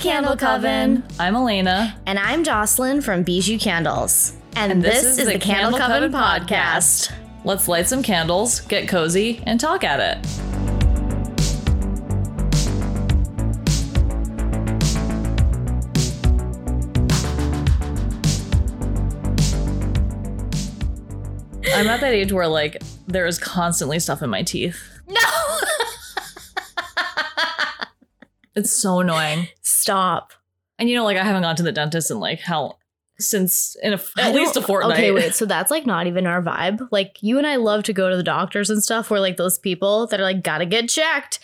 Candle Coven. I'm Elena. And I'm Jocelyn from Bijou Candles. And, this, is, the Candle, Coven, podcast. Let's light some candles, get cozy, and talk at it. I'm at that age where like there is constantly stuff in my teeth. No! It's so annoying. Stop. And you know, like I haven't gone to the dentist in like how since in a, at I least a don't- fortnight. Okay, wait. So that's like not even our vibe. Like you and I love to go to the doctors and stuff. We're like those people that are like gotta get checked.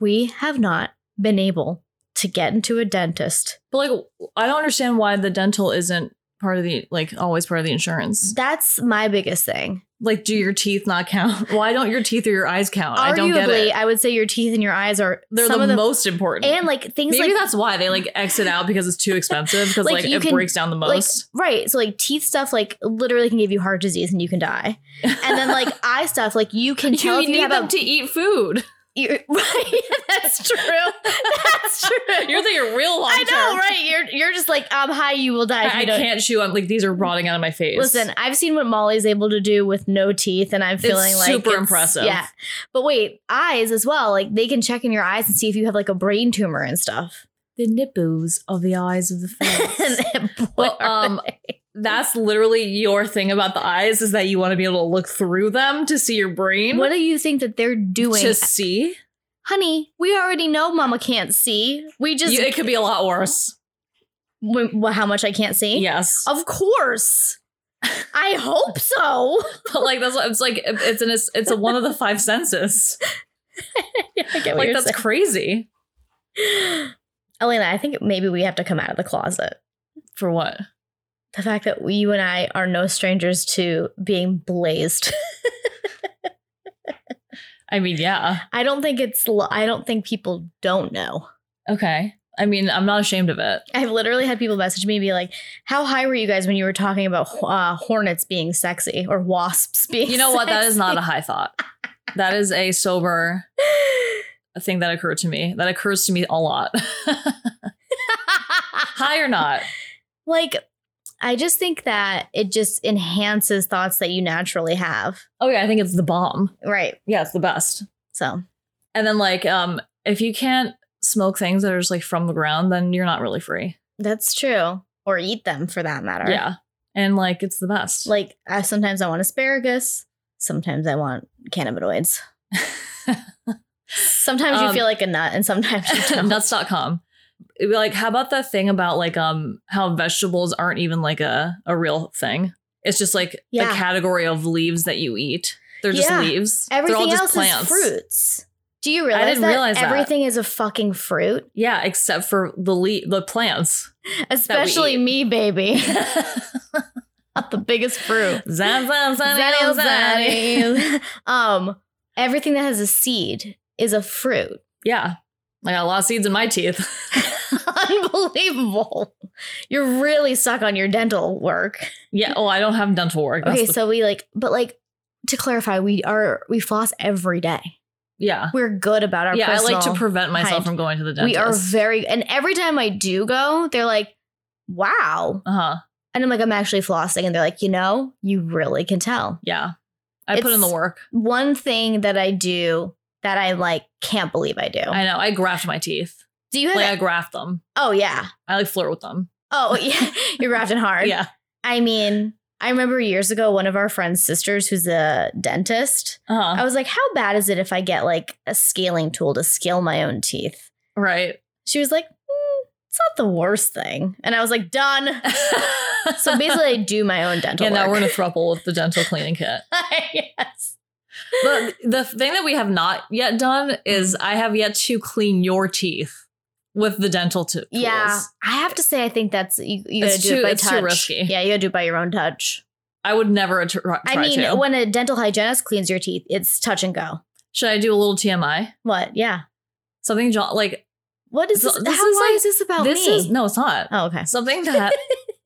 We have not been able to get into a dentist. But like, I don't understand why the dental isn't part of the like always part of the insurance. That's my biggest thing. Like, do your teeth not count? Why don't your teeth or your eyes count? I don't get Arguably, it. I, would say your teeth and your eyes are They're some the, of the most important. and like things maybe like that's why they like exit out because it's too expensive because Like, like, you it can- breaks down the like most. right so like teeth stuff like literally can give you heart disease and you can die and then like eye stuff like you can tell you if need you have them a to eat food. you right that's true that's true You're thinking real long I know, term. right? You're you're just like, um, hi, you will die. If you I, I don't. can't chew. I'm like these are rotting out of my face. Listen, I've seen what Molly's able to do with no teeth, and I'm feeling like super impressive. Yeah, but wait, eyes as well. Like they can check in your eyes and see if you have like a brain tumor and stuff. the nipples of the eyes of the and then, boy, Well, are um, they- That's literally your thing about the eyes is that you want to be able to look through them to see your brain. what do you think that they're doing? to see? Honey, we already know Mama can't see. We just You- it could be a lot worse. w- w- how much I can't see. Yes, of course. I hope so. but like that's what- it's like it's an it's, a one of the five senses. Yeah, I get what Like you're that's crazy. Elena, I think maybe we have to come out of the closet. For what? The fact that you and I are no strangers to being blazed. I mean, yeah. I don't think it's, lo- I don't think people don't know. Okay. I mean, I'm not ashamed of it. I've literally had people message me and be like, How high were you guys when you were talking about uh, hornets being sexy or wasps being You know what? That is not a high thought. That is a sober thing that occurred to me. That occurs to me a lot. high or not? like, I just think that it just enhances thoughts that you naturally have. Oh yeah, I think it's the bomb. Right. Yeah, it's the best. So, And then like um if you can't smoke things that are just like from the ground, then you're not really free. that's true. Or eat them for that matter. Yeah. And like it's the best. Like I sometimes I want asparagus, sometimes I want cannabinoids. Sometimes you Um, feel like a nut, and sometimes you don't. nuts.com. It'd be Like how about that thing about like um how vegetables aren't even like a a real thing. It's just like Yeah. the category of leaves that you eat. They're just Yeah. leaves. They're all Everything just else plants. is fruits. Do you realize didn't that realize that. everything is a fucking fruit? Yeah, except for the le- the plants. Especially eat. me, baby. zan, Not the biggest fruit. zan, Zannies, zan, zan, zan. zannies. um, everything that has a seed is a fruit. Yeah. I got a lot of seeds in my teeth. Unbelievable. You're really stuck on your dental work. yeah. Oh, I don't have dental work. That's Okay, the so we like, but like to clarify, we are we floss every day. Yeah. We're good about our. yeah, I like to personal- prevent myself hygiene. from going to the dentist. we are very, and every time I do go, they're like, "Wow," Uh huh. and I'm like, "I'm actually flossing," and they're like, "You know, you really can tell." Yeah. I put in It's- the work. One thing that I do that I like can't believe I do. I know. I graft my teeth. do you have? Like I graft them. oh yeah. I like flirt with them. Oh yeah. You're grafting hard. Yeah. I mean, I remember years ago, one of our friends' sisters, who's a dentist, Uh huh. I was like, how bad is it if I get like a scaling tool to scale my own teeth? Right. She was like, "Mm, it's not the worst thing. And I was like, done. So basically, I do my own dental yeah, now we're work. in a throuple with the dental cleaning kit. yes. But the thing that we have not yet done is I have yet to clean your teeth with the dental t- tools. Yeah. I have to say, I think that's, you, you gotta It's do too- it by it's too touch. risky. Yeah, you gotta do it by your own touch. I would never a- tr- try I mean, to. when a dental hygienist cleans your teeth, it's touch and go. Should I do a little TMI? What? Yeah. Something jo- like What is So this? this how, is why like- is this about this me? is no, it's not. oh, okay. something that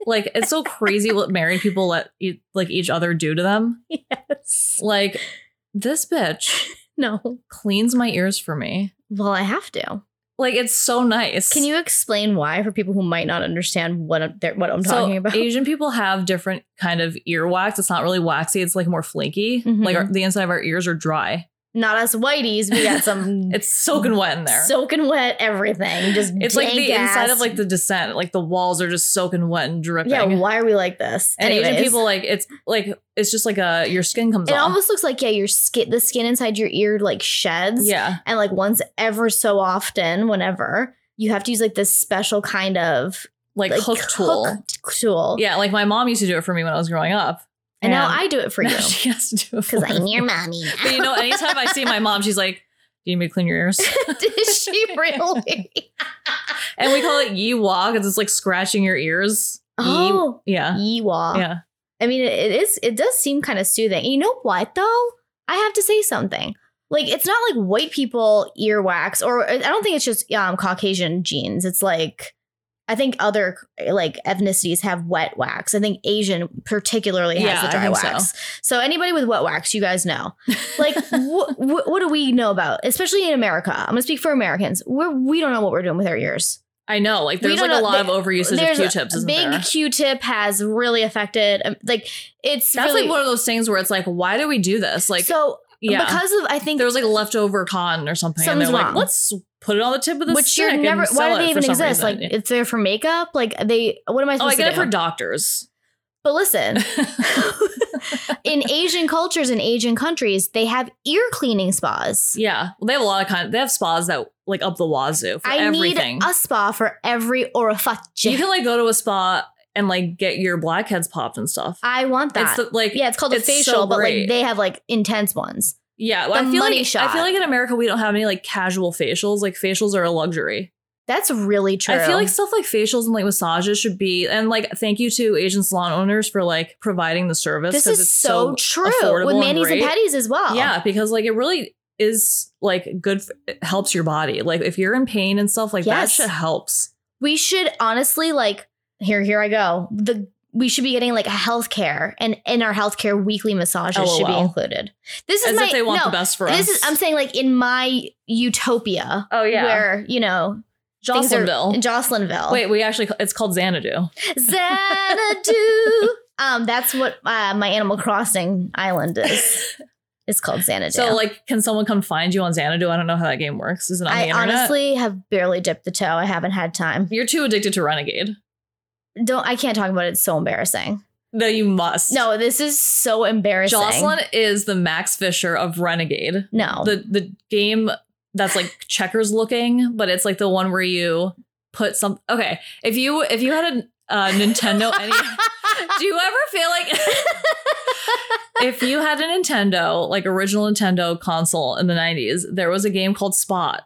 like it's so crazy what married people let e- like each other do to them Yes. like this bitch No. cleans my ears for me Well, I have to. Like it's so nice. Can you explain why for people who might not understand what I'm, they're- what I'm talking about? Asian people have different kind of ear wax. It's not really waxy. It's like more flaky. Mhm. Like our, the inside of our ears are dry. not us whiteys. We got some It's soaking wet in there. soaking wet everything. Just it's like dank the ass. inside of like the descent. Like the walls are just soaking wet and dripping. yeah. Why are we like this? and Asian Anyways. people like it's like it's just like a your skin comes It off. almost looks like yeah, your skin, the skin inside your ear like sheds, yeah. and like once ever so often, whenever you have to use like this special kind of Like, like hook tool. hook tool. Yeah, like my mom used to do it for me when I was growing up. and now And I do it for you Now she has to do it because for I'm me. your mommy. now. But you know, anytime I see my mom, she's like, "Do you need me to clean your ears?" Did she really? and we call it yee wah because it's like scratching your ears. Yee- oh, yeah, yeewaw. uh, yeah. I mean, it- it is. It does seem kind of soothing. You know what though? I have to say something. Like it's not like white people earwax, or I don't think it's just um, Caucasian genes. It's like I think other like ethnicities have wet wax. I think Asian particularly has Yeah, the I dry think so. wax. So. anybody with wet wax, you guys know. Like wh- wh- what do we know about? Especially in America, I'm gonna speak for Americans. We're, we don't know what we're doing with our ears. I know. Like We there's don't like a know- lot of overusage of there's a Q-tips. Isn't Big there? Q-tip has really affected. um, Like it's That's really like one of those things where it's like, why do we do this? Like, so yeah, because of I think there was like leftover cotton or something, and Something's they're like, wrong. let's put it on the tip of the which stick you're never. and Why sell do they it for even some exist? reason. Like it's there for makeup. Like they. What am I oh, I supposed get to it do? for doctors. but listen, yeah, in Asian cultures and Asian countries, they have ear cleaning spas. well, they have a lot of kind. They have spas that like up the wazoo for I everything. need a spa for every you orifice. can like go to a spa and like get your blackheads popped and stuff. I want that. It's the, like yeah, it's called a it's so facial, but like great. they have like intense ones. yeah. well, the I feel money like shot. I feel like in America we don't have any like casual facials. Like facials are a luxury. That's really true. I feel like stuff like facials and like massages should be and like thank you to Asian salon owners for like providing the service. this 'cause is it's so, true affordable with and manis and, great. petties as well. Yeah, because like it really is like good. f- It helps your body. Like if you're in pain and stuff like Yes. that, shit helps. we should honestly like here here I go. The we should be getting like a healthcare and in our healthcare weekly massages should be LOL. included. This is As my if they want no, the best for this us. is I'm saying like in my utopia oh where you know things are- in Jocelynville. Jocelynville. Wait, we actually it's called Xanadu. Xanadu. um, that's what uh, my Animal Crossing island is. It's called Xanadu. So like, can someone come find you on Xanadu? I don't know how that game works. Is it on the I internet? honestly have barely dipped the toe. I haven't had time. you're too addicted to Renegade. Don't I can't talk about it. It's so embarrassing. No, you must. No, this is so embarrassing. Jocelyn is the Max Fisher of Renegade. No. The the game that's like checkers looking, but it's like the one where you put some. Okay, if you if you had a uh, Nintendo, any, do you ever feel like if you had a Nintendo, like original Nintendo console in the '90s, there was a game called Spot,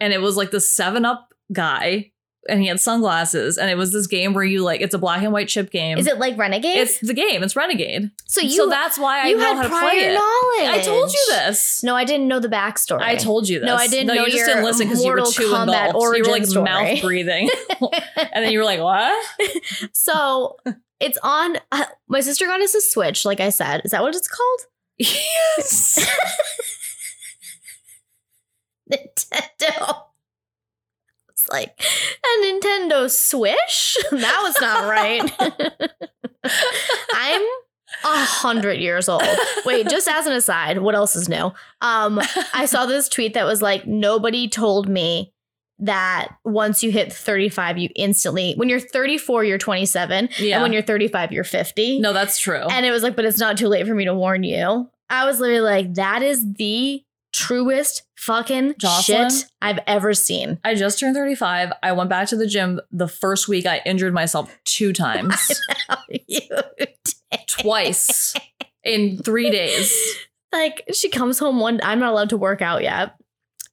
and it was like the Seven Up guy, and he had sunglasses, and it was this game where you like it's a black and white chip game. Is it like Renegade? It's the game. It's Renegade. so you so that's why you I know had how to prior play it. knowledge. I told you this. No, I didn't know the backstory. I told you this. No, I didn't know you just your didn't listen because you were Mortal too Kombat involved. you origin were like story. mouth breathing, and then you were like, "What?" So it's on. Uh, my sister got us a Switch. Like I said, is that what it's called? Yes. Nintendo. It's like a Nintendo Swish. That was not right. I'm a hundred years old. Wait, just as an aside, what else is new? Um, I saw this tweet that was like, nobody told me that once you hit 35, you instantly, when you're 34, you're 27. yeah. And when you're 35, you're 50. no, that's true. And it was like, but it's not too late for me to warn you. I was literally like, that is the truest fucking Jocelyn? shit I've ever seen. I just turned 35. I went back to the gym the first week. I injured myself two times, twice in three days. like, she comes home one, I'm not allowed to work out yet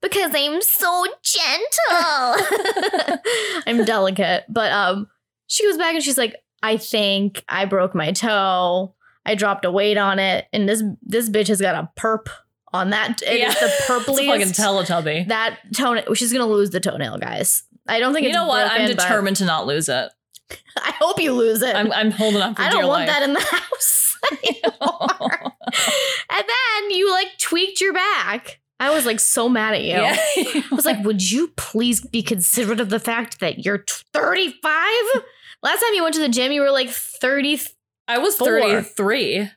because I'm so gentle. I'm delicate. But um, she goes back and she's like, I think I broke my toe. I dropped a weight on it, and this this bitch has got a perp on that. It is Yeah. the It's a fucking purpliest Teletubby. That tone, she's gonna lose the toenail, guys. I don't think you it's know what? I'm broken, but determined to not lose it. I hope you lose it. I'm, I'm, I'm holding on for I do dear not want life. that in the house anymore. and then you like tweaked your back. I was like so mad at you. Yeah. I was like, would you please be considerate of the fact that you're 35? Last time you went to the gym, you were like 30. I was Four. 33.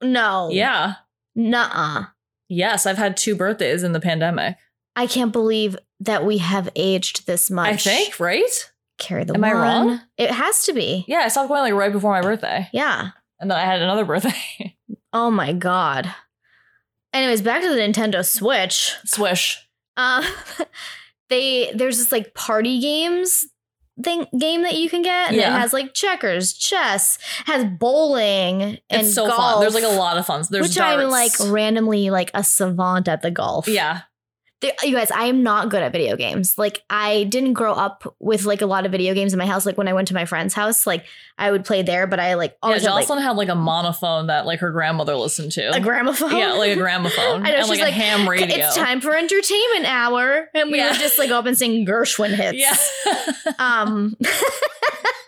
No. Yeah. Nuh-uh. Yes, I've had two birthdays in the pandemic. I can't believe that we have aged this much. I think, right? Carry the Am I one. wrong? It has to be. Yeah, I stopped going like right before my birthday. yeah. And then I had another birthday. Oh my god. Anyways, back to the Nintendo Switch. Swish. Um, they there's this like party games thing game that you can get, and Yeah. it has like checkers, chess, has bowling, and it's so golf. fun. There's like a lot of fun. There's which darts. I'm like randomly like a savant at the golf. yeah. There- you guys, I am not good at video games. Like I didn't grow up with like a lot of video games in my house. Like when I went to my friend's house, like I would play there, but I like Yeah, always had, Oh, like, Jocelyn had like a monophone that like her grandmother listened to. a gramophone. yeah, like a gramophone. I know, and she's like a like, ham radio. It's time for entertainment hour. And we Yeah. would just like go up and sing Gershwin hits. Yeah. Um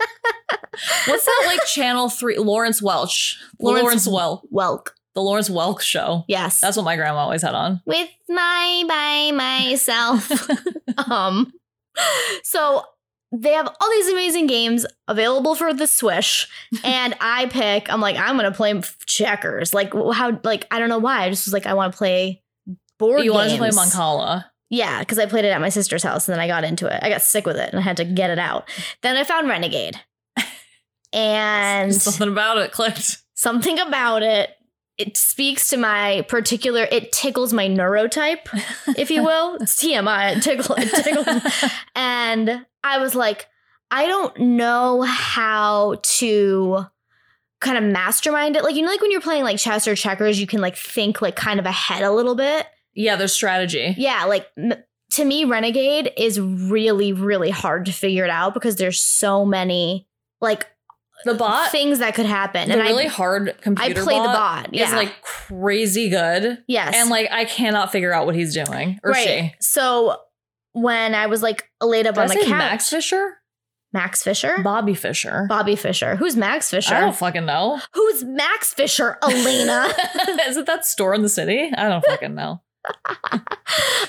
What's that like channel three? Lawrence Welch. Lawrence- Lawrence, Welk. Welk. The Lawrence Welk show. Yes. That's what my grandma always had on. With my by myself. um so they have all these amazing games available for the Swish. And I pick, I'm like, I'm gonna play checkers. Like wh- how like I don't know why. I just was like, I wanna play board you wanted to play games. Moncala. Yeah, because I played it at my sister's house and then I got into it. I got sick with it and I had to get it out. Then I found Renegade. And Something about it clicked. something about it, it speaks to my particular, it tickles my neurotype, if you will. it's TMI, it tickles, it tickles. And I was like, I don't know how to kind of mastermind it. Like, you know, like when you're playing like chess or checkers, you can like think like kind of ahead a little bit. yeah, there's strategy. Yeah, like m- to me, Renegade is really, really hard to figure it out because there's so many like The bot, things that could happen. the And really I, hard I computer play bot, the bot. Yeah. is like crazy good. yes. And like I cannot figure out what he's doing or right. she. So when I was like laid up Did I on the say couch, Max Fisher? Max Fisher, Bobby Fisher. Bobby Fisher. Who's Max I Fisher? don't fucking know. Who's Max Fisher? Elena. is it that store in the city? I don't fucking know.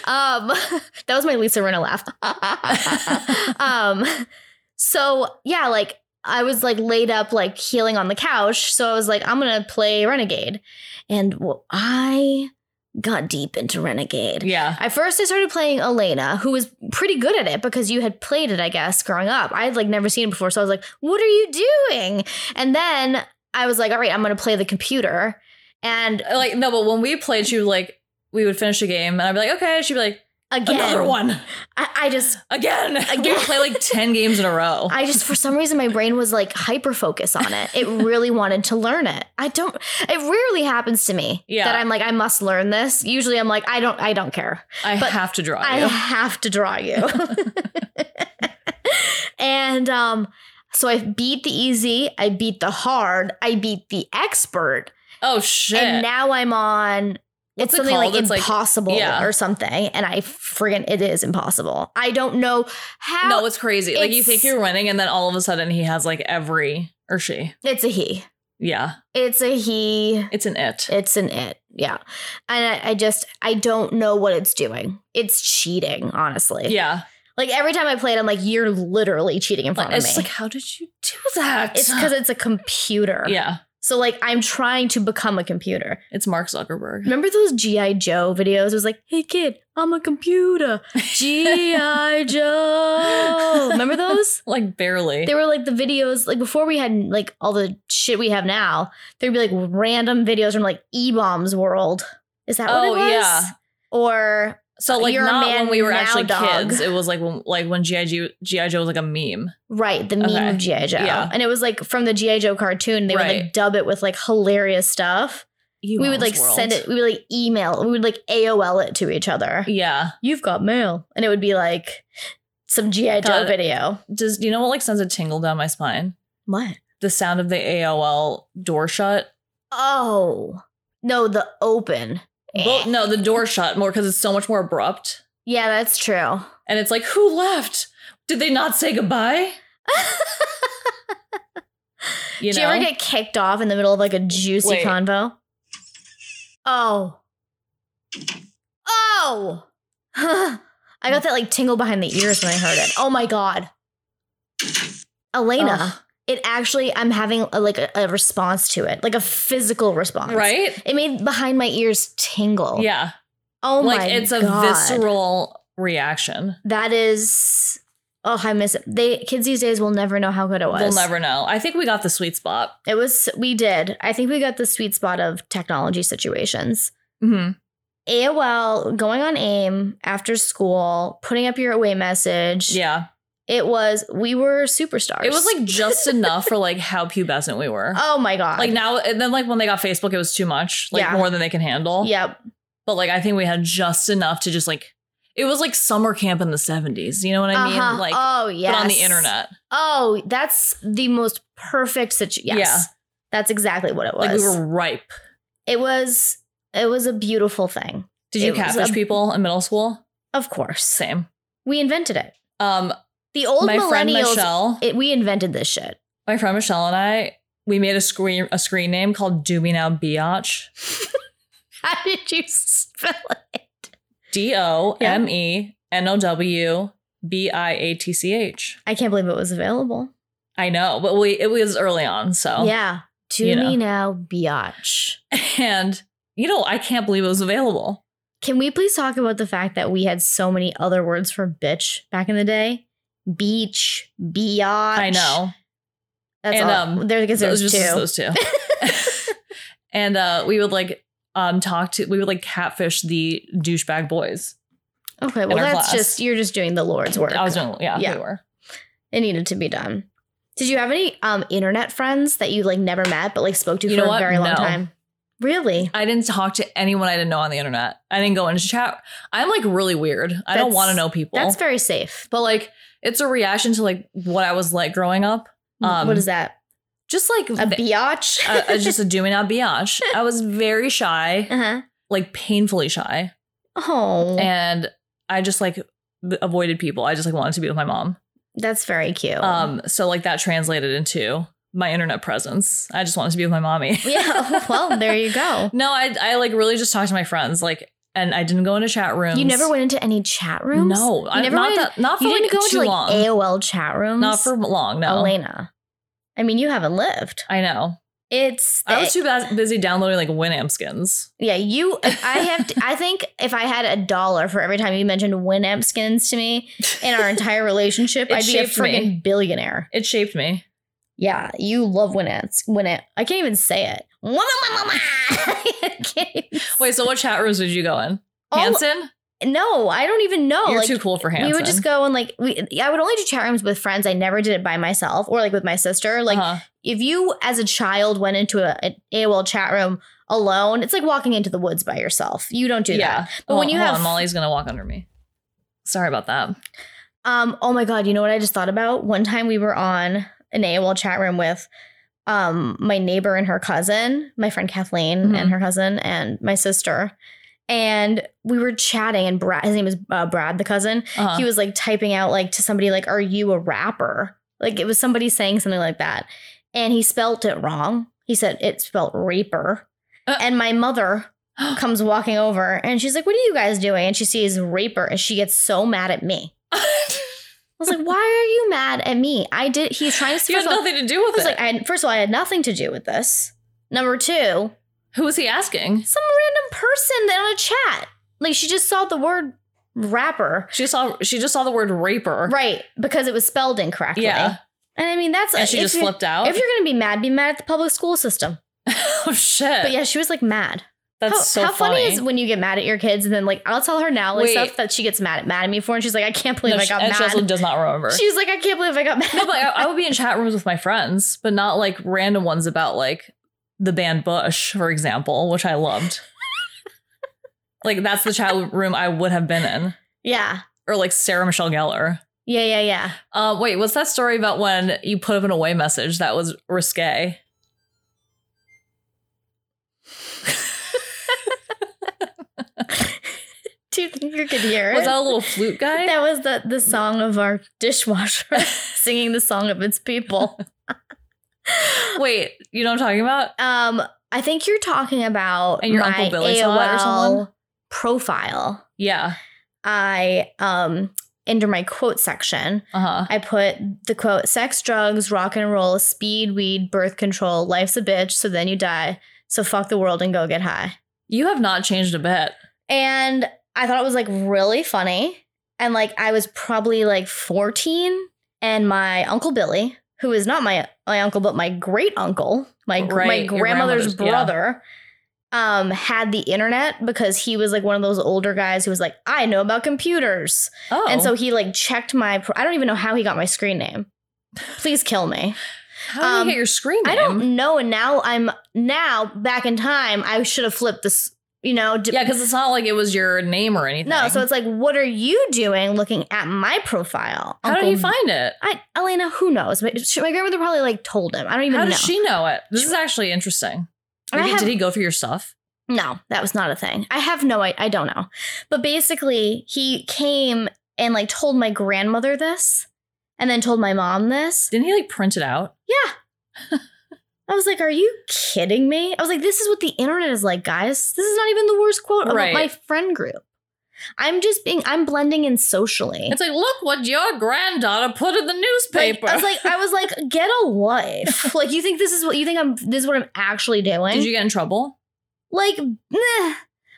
um, that was my Lisa Rinna laugh. um, so yeah, like I was like laid up, like healing on the couch. So I was like, I'm gonna play Renegade, and well, I got deep into Renegade. Yeah. At first, I started playing Elena, who was pretty good at it because you had played it, I guess, growing up. I had like never seen it before, so I was like, "What are you doing?" And then I was like, "All right, I'm gonna play the computer." And uh, Like, no, but when we played, she would like, we would finish a game and I'd be like, okay. She'd be like, again, another one. I, I just Again. Again. We Again. would play like 10 games in a row. I just, for some reason, my brain was like hyper focused on it. It really wanted to learn it. I don't, it rarely happens to me Yeah. that I'm like, I must learn this. Usually I'm like, I don't, I don't care. I but have to draw I you. have to draw you. and, um, so I beat the easy, I beat the hard, I beat the expert, Oh, shit. and now I'm on. it's What's it something like called? It's like- impossible yeah. or something, and I friggin' it is impossible. I don't know how. no, it's crazy. like, you it's- think you're winning and then all of a sudden he has like every, or she. it's a he. Yeah. It's a he. It's an it. It's an it. Yeah. And I, I just, I don't know what it's doing. It's cheating, honestly. Yeah. Like every time I play it, I'm like, you're literally cheating in front Like, of it's me. like, how did you do that? it's because it's a computer. yeah. So like I'm trying to become a computer. It's Mark Zuckerberg. Remember those G.I. Joe videos? It was like, hey kid, I'm a computer. G.I. Joe. Remember those? Like, barely. They were like the videos, like before we had like all the shit we have now, there'd be like random videos from like E Bombs World. Is that what it oh, was? yeah. Or So like You're a not man when we were now, actually dog. kids. It was like when like when GI Joe GI Joe was like a meme. right, the meme Okay. of G.I. Joe. Yeah. And it was like from the G.I. Joe cartoon. They would like Right. dub it with like hilarious stuff. we would like send it, we would like email, we would like AOL it to each other. Yeah. You've got mail. And it would be like some G.I. Joe God. video. Does you know what like sends a tingle down my spine? What? The sound of the AOL door shut. Oh. No, the open. Well, no, the door shut more because it's so much more abrupt. Yeah, that's true. And it's like, who left? Did they not say goodbye? You Do know? you ever get kicked off in the middle of like a juicy Wait. convo? Oh. Ow! I got that like tingle behind the ears when I heard it. Oh my god. Elena, Ugh. it actually, I'm having a, like a, a response to it, like a physical response. right? It made behind my ears tingle. Yeah. Oh like my it's a God. visceral reaction. That is. Oh, I miss it. They kids these days will never know how good it was. We'll never know. I think we got the sweet spot. It was. We did. I think we got the sweet spot of technology situations. Mm-hmm. AOL, going on AIM after school, putting up your away message. Yeah. It was. We were superstars. It was like just enough for like how pubescent we were. Oh my god. like now, and then like when they got Facebook, it was too much, like Yeah. more than they can handle. Yep. But like I think we had just enough to just like, it was like summer camp in the 70s. You know what I Uh-huh. mean? Like, oh but yeah. on the internet. Oh, that's the most perfect situation. Yes. Yeah. That's exactly what it was. Like we were ripe. It was. It was a beautiful thing. Did you It was um, catfish a- people in middle school? Of course, Same. we invented it. Um, The old my friend millennials. Michelle, It, we invented this shit. my friend Michelle and I, we made a screen a screen name called Do Me Now Biatch. How did you spell it? D O M E N O W B I A T C H. I can't believe it was available. I know, but we it was early on, so Yeah. To Oh. You know. me now, biatch. And you know, I can't believe it was available. Can we please talk about the fact that we had so many other words for bitch back in the day? Beach, biatch. I know. That's And, all. um, there, I guess So it was there's just two. those two. and uh, we would like um talk to we would like catfish the douchebag boys. okay, well our that's class. just you're just doing the Lord's work. I was doing yeah, Yeah. we were. it needed to be done. Did you have any um internet friends that you like never met but like spoke to You for know a what? very long No. time? Really? I didn't talk to anyone I didn't know on the internet. I didn't go into chat. I'm like really weird. I don't That's- want to know people. That's very safe. but like it's a reaction to like what I was like growing up. Um, what is that? Just like A ve- biatch? uh, uh, just a do me not biatch. I was very shy, uh-huh. like painfully shy, Oh, and I just like b- avoided people. I just like wanted to be with my mom. that's very cute. Um, so like that translated into my internet presence. I just wanted to be with my mommy. yeah. Well, there you go. no, I I like really just talked to my friends, like, and I didn't go into chat rooms. You never went into any chat rooms. No, I, never not went that. Not for You like didn't go too into like long. AOL chat rooms. not for long. No, Elena. I mean, you haven't lived. I know. It's eh, I was too bas- busy downloading like Winamp skins. yeah. You, I have. To, I think if I had a dollar for every time you mentioned Winamp skins to me in our entire relationship, It I'd be a shaped me. freaking billionaire. It shaped me. Yeah, you love Winamp. Winamp. I can't even say it. I can't even- Wait, so what chat rooms did you go in? All- Hanson? no, I don't even know. You're Oh, like, too cool for Hanson. We would just go and like we. I would only do chat rooms with friends. I never did it by myself or like with my sister. Like Uh-huh. if you as a child went into a, an AOL chat room alone, it's like walking into the woods by yourself. You don't do yeah. that. But when Hold- you hold have- on, Molly's gonna walk under me. Sorry about that. Um. Oh my god. You know what I just thought about? One time we were on an AOL chat room with um my neighbor and her cousin, my friend Kathleen and Mhm. her cousin, and my sister. And we were chatting, and Brad, his name is uh, Brad, the cousin. Uh-huh. he was like typing out like to somebody like are you a rapper like it was somebody saying something like that and he spelt it wrong he said it spelt raper Uh. and my mother comes walking over and she's like what are you guys doing and she sees raper and she gets so mad at me i was like why are you mad at me i did he's trying to you had first of all- nothing to do I with was it. like I had, first of all i had nothing to do with this number two Who was he asking? some random person that on a chat like she just saw the word rapper She saw. She just saw the word raper. Right, because it was spelled incorrectly. Yeah. And I mean, that's And she if just you're- flipped out. If you're going to be mad, be mad at the public school system. oh shit. But yeah, she was like mad. That's how, so how funny. is when you get mad at your kids and then like I'll tell her now like Wait. stuff that she gets mad at mad at me for, and she's like, I can't believe No, I she, got and she also mad. does not remember. She's like, I can't believe I got mad. no, but I, I would be in chat rooms with my friends, but not like random ones about like the band Bush, for example, which I loved. like that's the chat room I would have been in, yeah, or like Sarah Michelle Gellar. yeah, yeah, yeah. Uh, wait, what's that story about when you put up an away message that was risque? Do you think you could hear it? Was that a little flute guy? That was the the song of our dishwasher singing the song of its people. wait, you know what I'm talking about? Um, I think you're talking about And your my Uncle Billy saw AOL it or someone? profile, Yeah. I um under my quote section, Uh huh. I put the quote sex, drugs, rock and roll, speed, weed, birth control, life's a bitch, so then you die. So fuck the world and go get high. You have not changed a bit. And I thought it was like really funny. And like I was probably like 14 and my uncle Billy, who is not my my uncle but my great uncle, my gr- Right, my your grandmother's grandmother's- yeah. brother, um had the internet because he was like one of those older guys who was like, "I know about computers." Oh. And so he like checked my. Pro- I don't even know how he got my screen name. Please kill me. how did um, you get your screen name? I don't know. And now I'm now back in time. I should have flipped this. You know. d- Yeah, because it's not like it was your name or anything. No. So it's like, what are you doing looking at my profile? how Uncle- did he find it? I Elena? Who knows? My, she- my grandmother probably like told him. I don't even How know. does she know it? This is actually interesting. And I Maybe- have- did he go for your stuff? No, that was not a thing. I have no I, I don't know. But basically, he came and like told my grandmother this and then told my mom this. Didn't he like print it out? Yeah. I was like, are you kidding me? I was like, this is what the internet is like, guys. This is not even the worst quote about Right. my friend group. I'm just being, I'm blending in socially. It's like, look what your granddaughter put in the Like, newspaper. I was like, I was like, get a life. like, you think this is what you think I'm? This is what I'm actually doing? did you get in trouble? like, meh.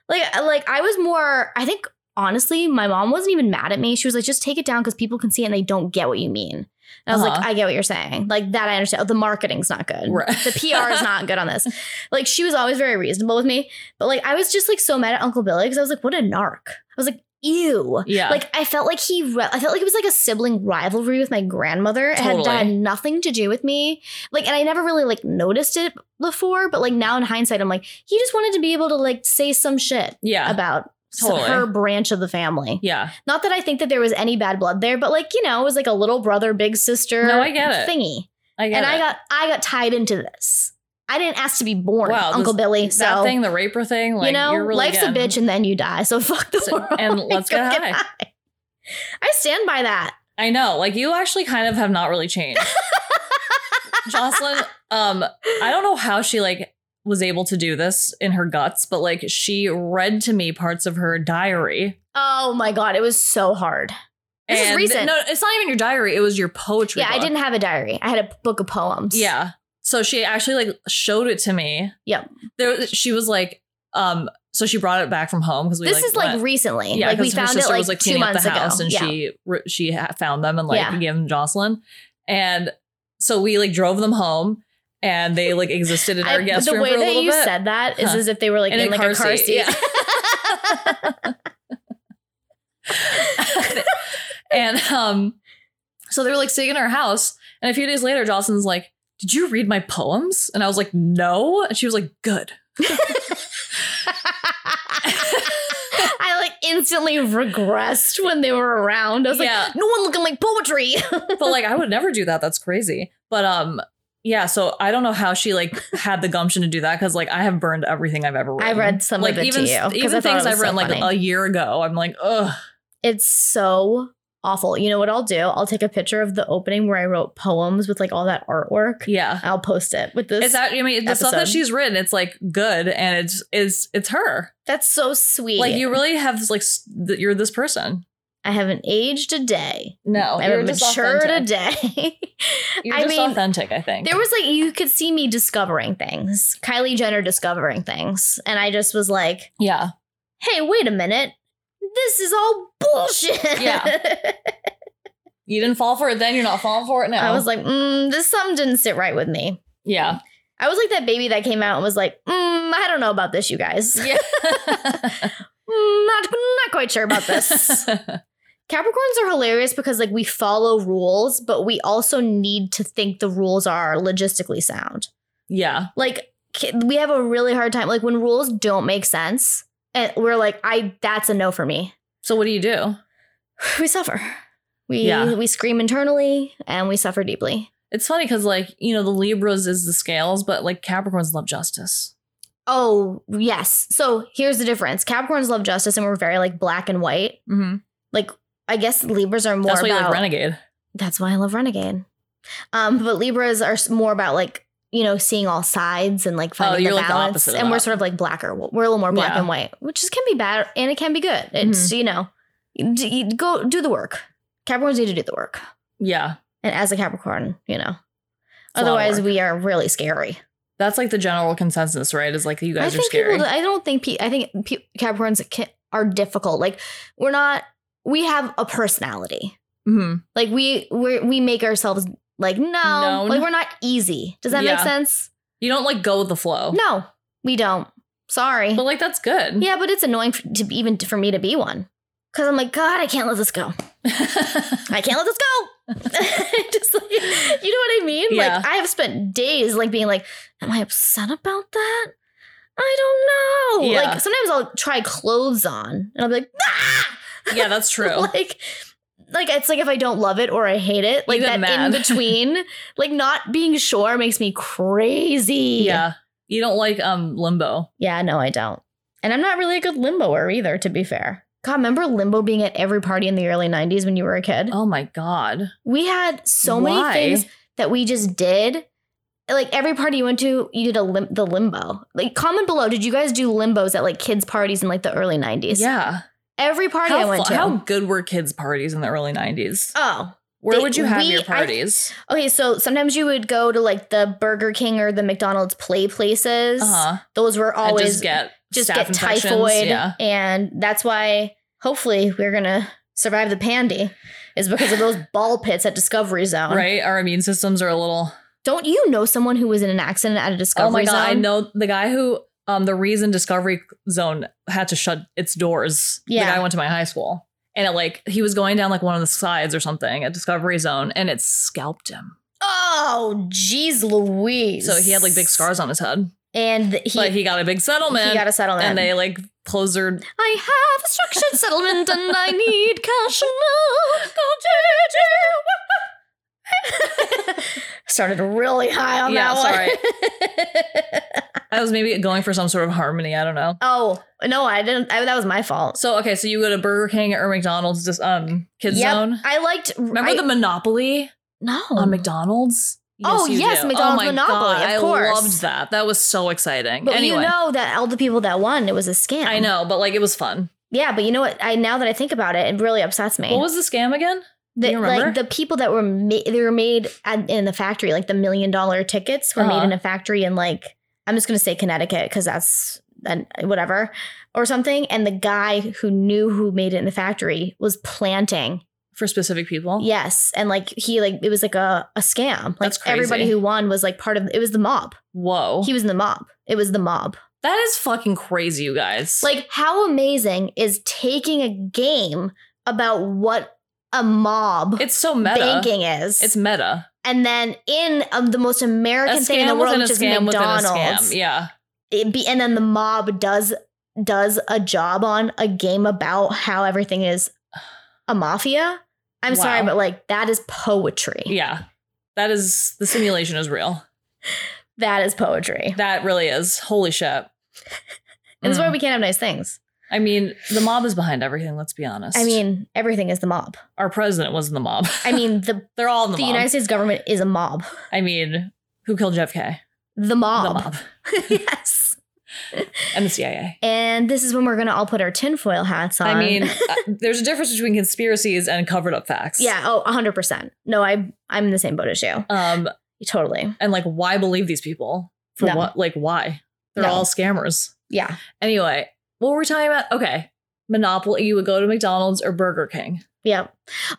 like, like I was more. I think honestly, my mom wasn't even mad at me. She was like, just take it down because people can see it and they don't get what you mean. And I was like, Uh-huh. I get what you're saying. Like that, I understand. Oh, the marketing's not good. Right. The PR is not good on this. Like she was always very reasonable with me, but like I was just like so mad at Uncle Billy because I was like, what a narc. I was like, ew. Yeah. Like I felt like he, re- I felt like it was like a sibling rivalry with my grandmother. It had, Totally. that had nothing to do with me. Like, and I never really like noticed it before, but like now in hindsight, I'm like, he just wanted to be able to like say some shit yeah. about some- Totally. her branch of the family. yeah. Not that I think that there was any bad blood there, but like you know, it was like a little brother, big sister, No, I get it. thingy. I get and I it. got I got tied into this. I didn't ask to be born, Wow, Uncle this- Billy. So that thing, the raper thing. Like, you know, you're really life's getting- a bitch, and then you die. So fuck the So- world and let's go get high. I stand by that. I know. Like you actually kind of have not really changed. Jocelyn, um, I don't know how she like was able to do this in her guts, but like she read to me parts of her diary. Oh my god, it was so hard. This is And- recent. No, it's not even your diary. It was your poetry. yeah, I book. didn't have a diary. I had a book of poems. Yeah. So she actually like showed it to me. Yep. There, she was like, um, so she brought it back from home because we. this like, is like went- recently. yeah, like we 'cause her found it sister like, was like two cleaning up months the house ago. and yeah. she re- she ha- found them and like Yeah. gave them to Jocelyn, and so we like drove them home, and they like existed in I- our guest the room way for a that little you bit. said that is Huh. as if they were like In in, a like car a car seat. seat, yeah. and um, so they were like sitting in our house, and a few days later, Jocelyn's like, "Did you read my poems?" And I was like, "No," and she was like, "Good." I like instantly regressed when they were around. I was Yeah. like, no one looking like poetry. but like I would never do that. That's crazy. But um yeah, so I don't know how she like had the gumption to do that because like I have burned everything I've ever I written. read some of like it to even you, 'cause I even thought it things was I've so written like funny. a year ago. I'm like, ugh, It's so awful. You know what I'll do? I'll take a picture of the opening where I wrote poems with like all that artwork. yeah. I'll post it with this. It's out, I mean the stuff that episode. she's written, it's like good and it's is it's her. That's so sweet. Like you really have like s- that you're this person. I haven't aged a day. No, I Oh, you're haven't just matured a authentic. day. You're I just mean, authentic, I think. there was like you could see me discovering things. Kylie Jenner discovering things, and I just was like, yeah. "Hey, wait a minute. This is all bullshit." Yeah. You didn't fall for it then, you're not falling for it now. I was like, mm, "This something didn't sit right with me." Yeah. I was like that baby that came out and was like, mm, "I don't know about this, you guys. Yeah. Mm, not not quite sure about this." Capricorns are hilarious because like we follow rules, but we also need to think the rules are logistically sound. yeah. Like ki- we have a really hard time like when rules don't make sense and we're like I that's a no for me. So what do you do? We suffer. We Yeah. we scream internally and we suffer deeply. It's funny because like you know the Libras is the scales, but like Capricorns love justice. Oh, yes. So here's the difference. Capricorns love justice and we're very like black and white. Mm-hmm. I guess Libras are more That's why you about like Renegade. That's why I love Renegade. Um, but Libras are s- more about like you know, seeing all sides and like finding Oh, you're, the like, the balance. opposite of and we're that. sort of like black or we're a little more black Yeah. Mm-hmm. and white, which is, can be bad and it can be good. It's you know, d- you go do the work. Capricorns need to do the work, Yeah. and as a Capricorn, you know, It's a lot of otherwise work. we are really scary. That's like the general consensus, right? Is like you guys I are think scary. people. I don't think. Pe- I think pe- Capricorns ca are difficult. Like we're not. We have a personality. Mhm. Like we we we make ourselves like no. Known. Like we're not easy. Does that make Yeah. sense? You don't like go with the flow. No, we don't. Sorry. But like that's good. Yeah, but it's annoying for, to even for me to be one. Cause I'm like, God, I can't let this go. I can't let this go. Just like, you know what I mean? Yeah. Like, I have spent days like being like, Am I upset about that? I don't know. Yeah. Like sometimes I'll try clothes on and I'll be like, ah! yeah, that's true. like, like it's like if I don't love it or I hate it, like You get that mad. in between, like not being sure makes me crazy. yeah. You don't like um limbo. Yeah, no, I don't. And I'm not really a good limboer either, to be fair. God, remember limbo being at every party in the early 90s when you were a kid? Oh my god. We had so many Why? things that we just did. Like every party you went to, you did a lim- the limbo. Like comment below, did you guys do limbos at like kids parties in like the early 90s? Yeah. Every party How, I went fu- to. how good were kids' parties in the early 90s? oh. Where They- would you have we- your I- parties? Okay, so sometimes you would go to like the Burger King or the McDonald's play places. Uh-huh. Those were And always just get just staph get infections. typhoid. Yeah. And that's why hopefully we're gonna survive the pandy is because of those ball pits at Discovery Zone. Right? Our immune systems are a little Don't you know someone who was in an accident at a Discovery Oh my god, Zone? I know the guy who um the reason Discovery Zone had to shut its doors. Yeah. The guy went to my high school. And it like he was going down like one of the sides or something at Discovery Zone and it scalped him. Oh, jeez Louise. So he had like big scars on his head. And th- he, but he, he got a big settlement. got a settlement. and they like closed their I have a structured settlement and I need cash now. Go Juju. Started really high on Yeah, that one. I was maybe going for some sort of harmony. I don't know. oh, no, I didn't. I, that was my fault. So okay, so you go to Burger King or McDonald's, just um Kids Yep. Zone. I liked. Remember I- the Monopoly no on McDonald's? Oh, you yes, do. McDonald's my Monopoly, of I course. loved that. That was so exciting. But anyway, you know that all the people that won, it was a scam. I know, but like it was fun. Yeah, but you know what? I now that I think about it, it really upsets me. What was the scam again? the, you remember? like the people that were ma- they were made at, in the factory, like the million dollar tickets were made Uh-huh. in a factory in like I'm just gonna say Connecticut because that's and whatever or something. And the guy who knew who made it in the factory was planting. For specific people? Yes, and like he like it was like a a scam. Like Oh. That's crazy. Oh. everybody who won was like part of it was the mob. Whoa. He was in the mob. It was the mob. that is fucking crazy, you guys. Like, how amazing is taking a game about what a mob it's so meta. banking is, It's meta. and then in um, the most A American thing in the scam world, within a which is scam within a McDonald's, scam. Yeah. it be, and then the mob does does a job on a game about how everything is a mafia. I'm sorry, Wow. but like that is poetry. Yeah. That is the simulation is real. That is poetry. That really is. Holy shit. And this is why Mm. we can't have nice things. I mean, the mob is behind everything, let's be honest. I mean, everything is the mob. our president was in the mob. I mean, the They're all in the, the mob. United States government is a mob. I mean, who killed JFK? The mob. The mob. yes. And the CIA. And this is when we're gonna all put our tinfoil hats on. I mean, uh, there's a difference between conspiracies and covered up facts. yeah, oh, 100%. No, I, I'm in the same boat as you. Um, Totally. and like, why believe these people? For No. what? Like, why? They're No. all scammers. Yeah. Anyway, what were we talking about? Okay. Monopoly, you would go to McDonald's or Burger King. Yeah.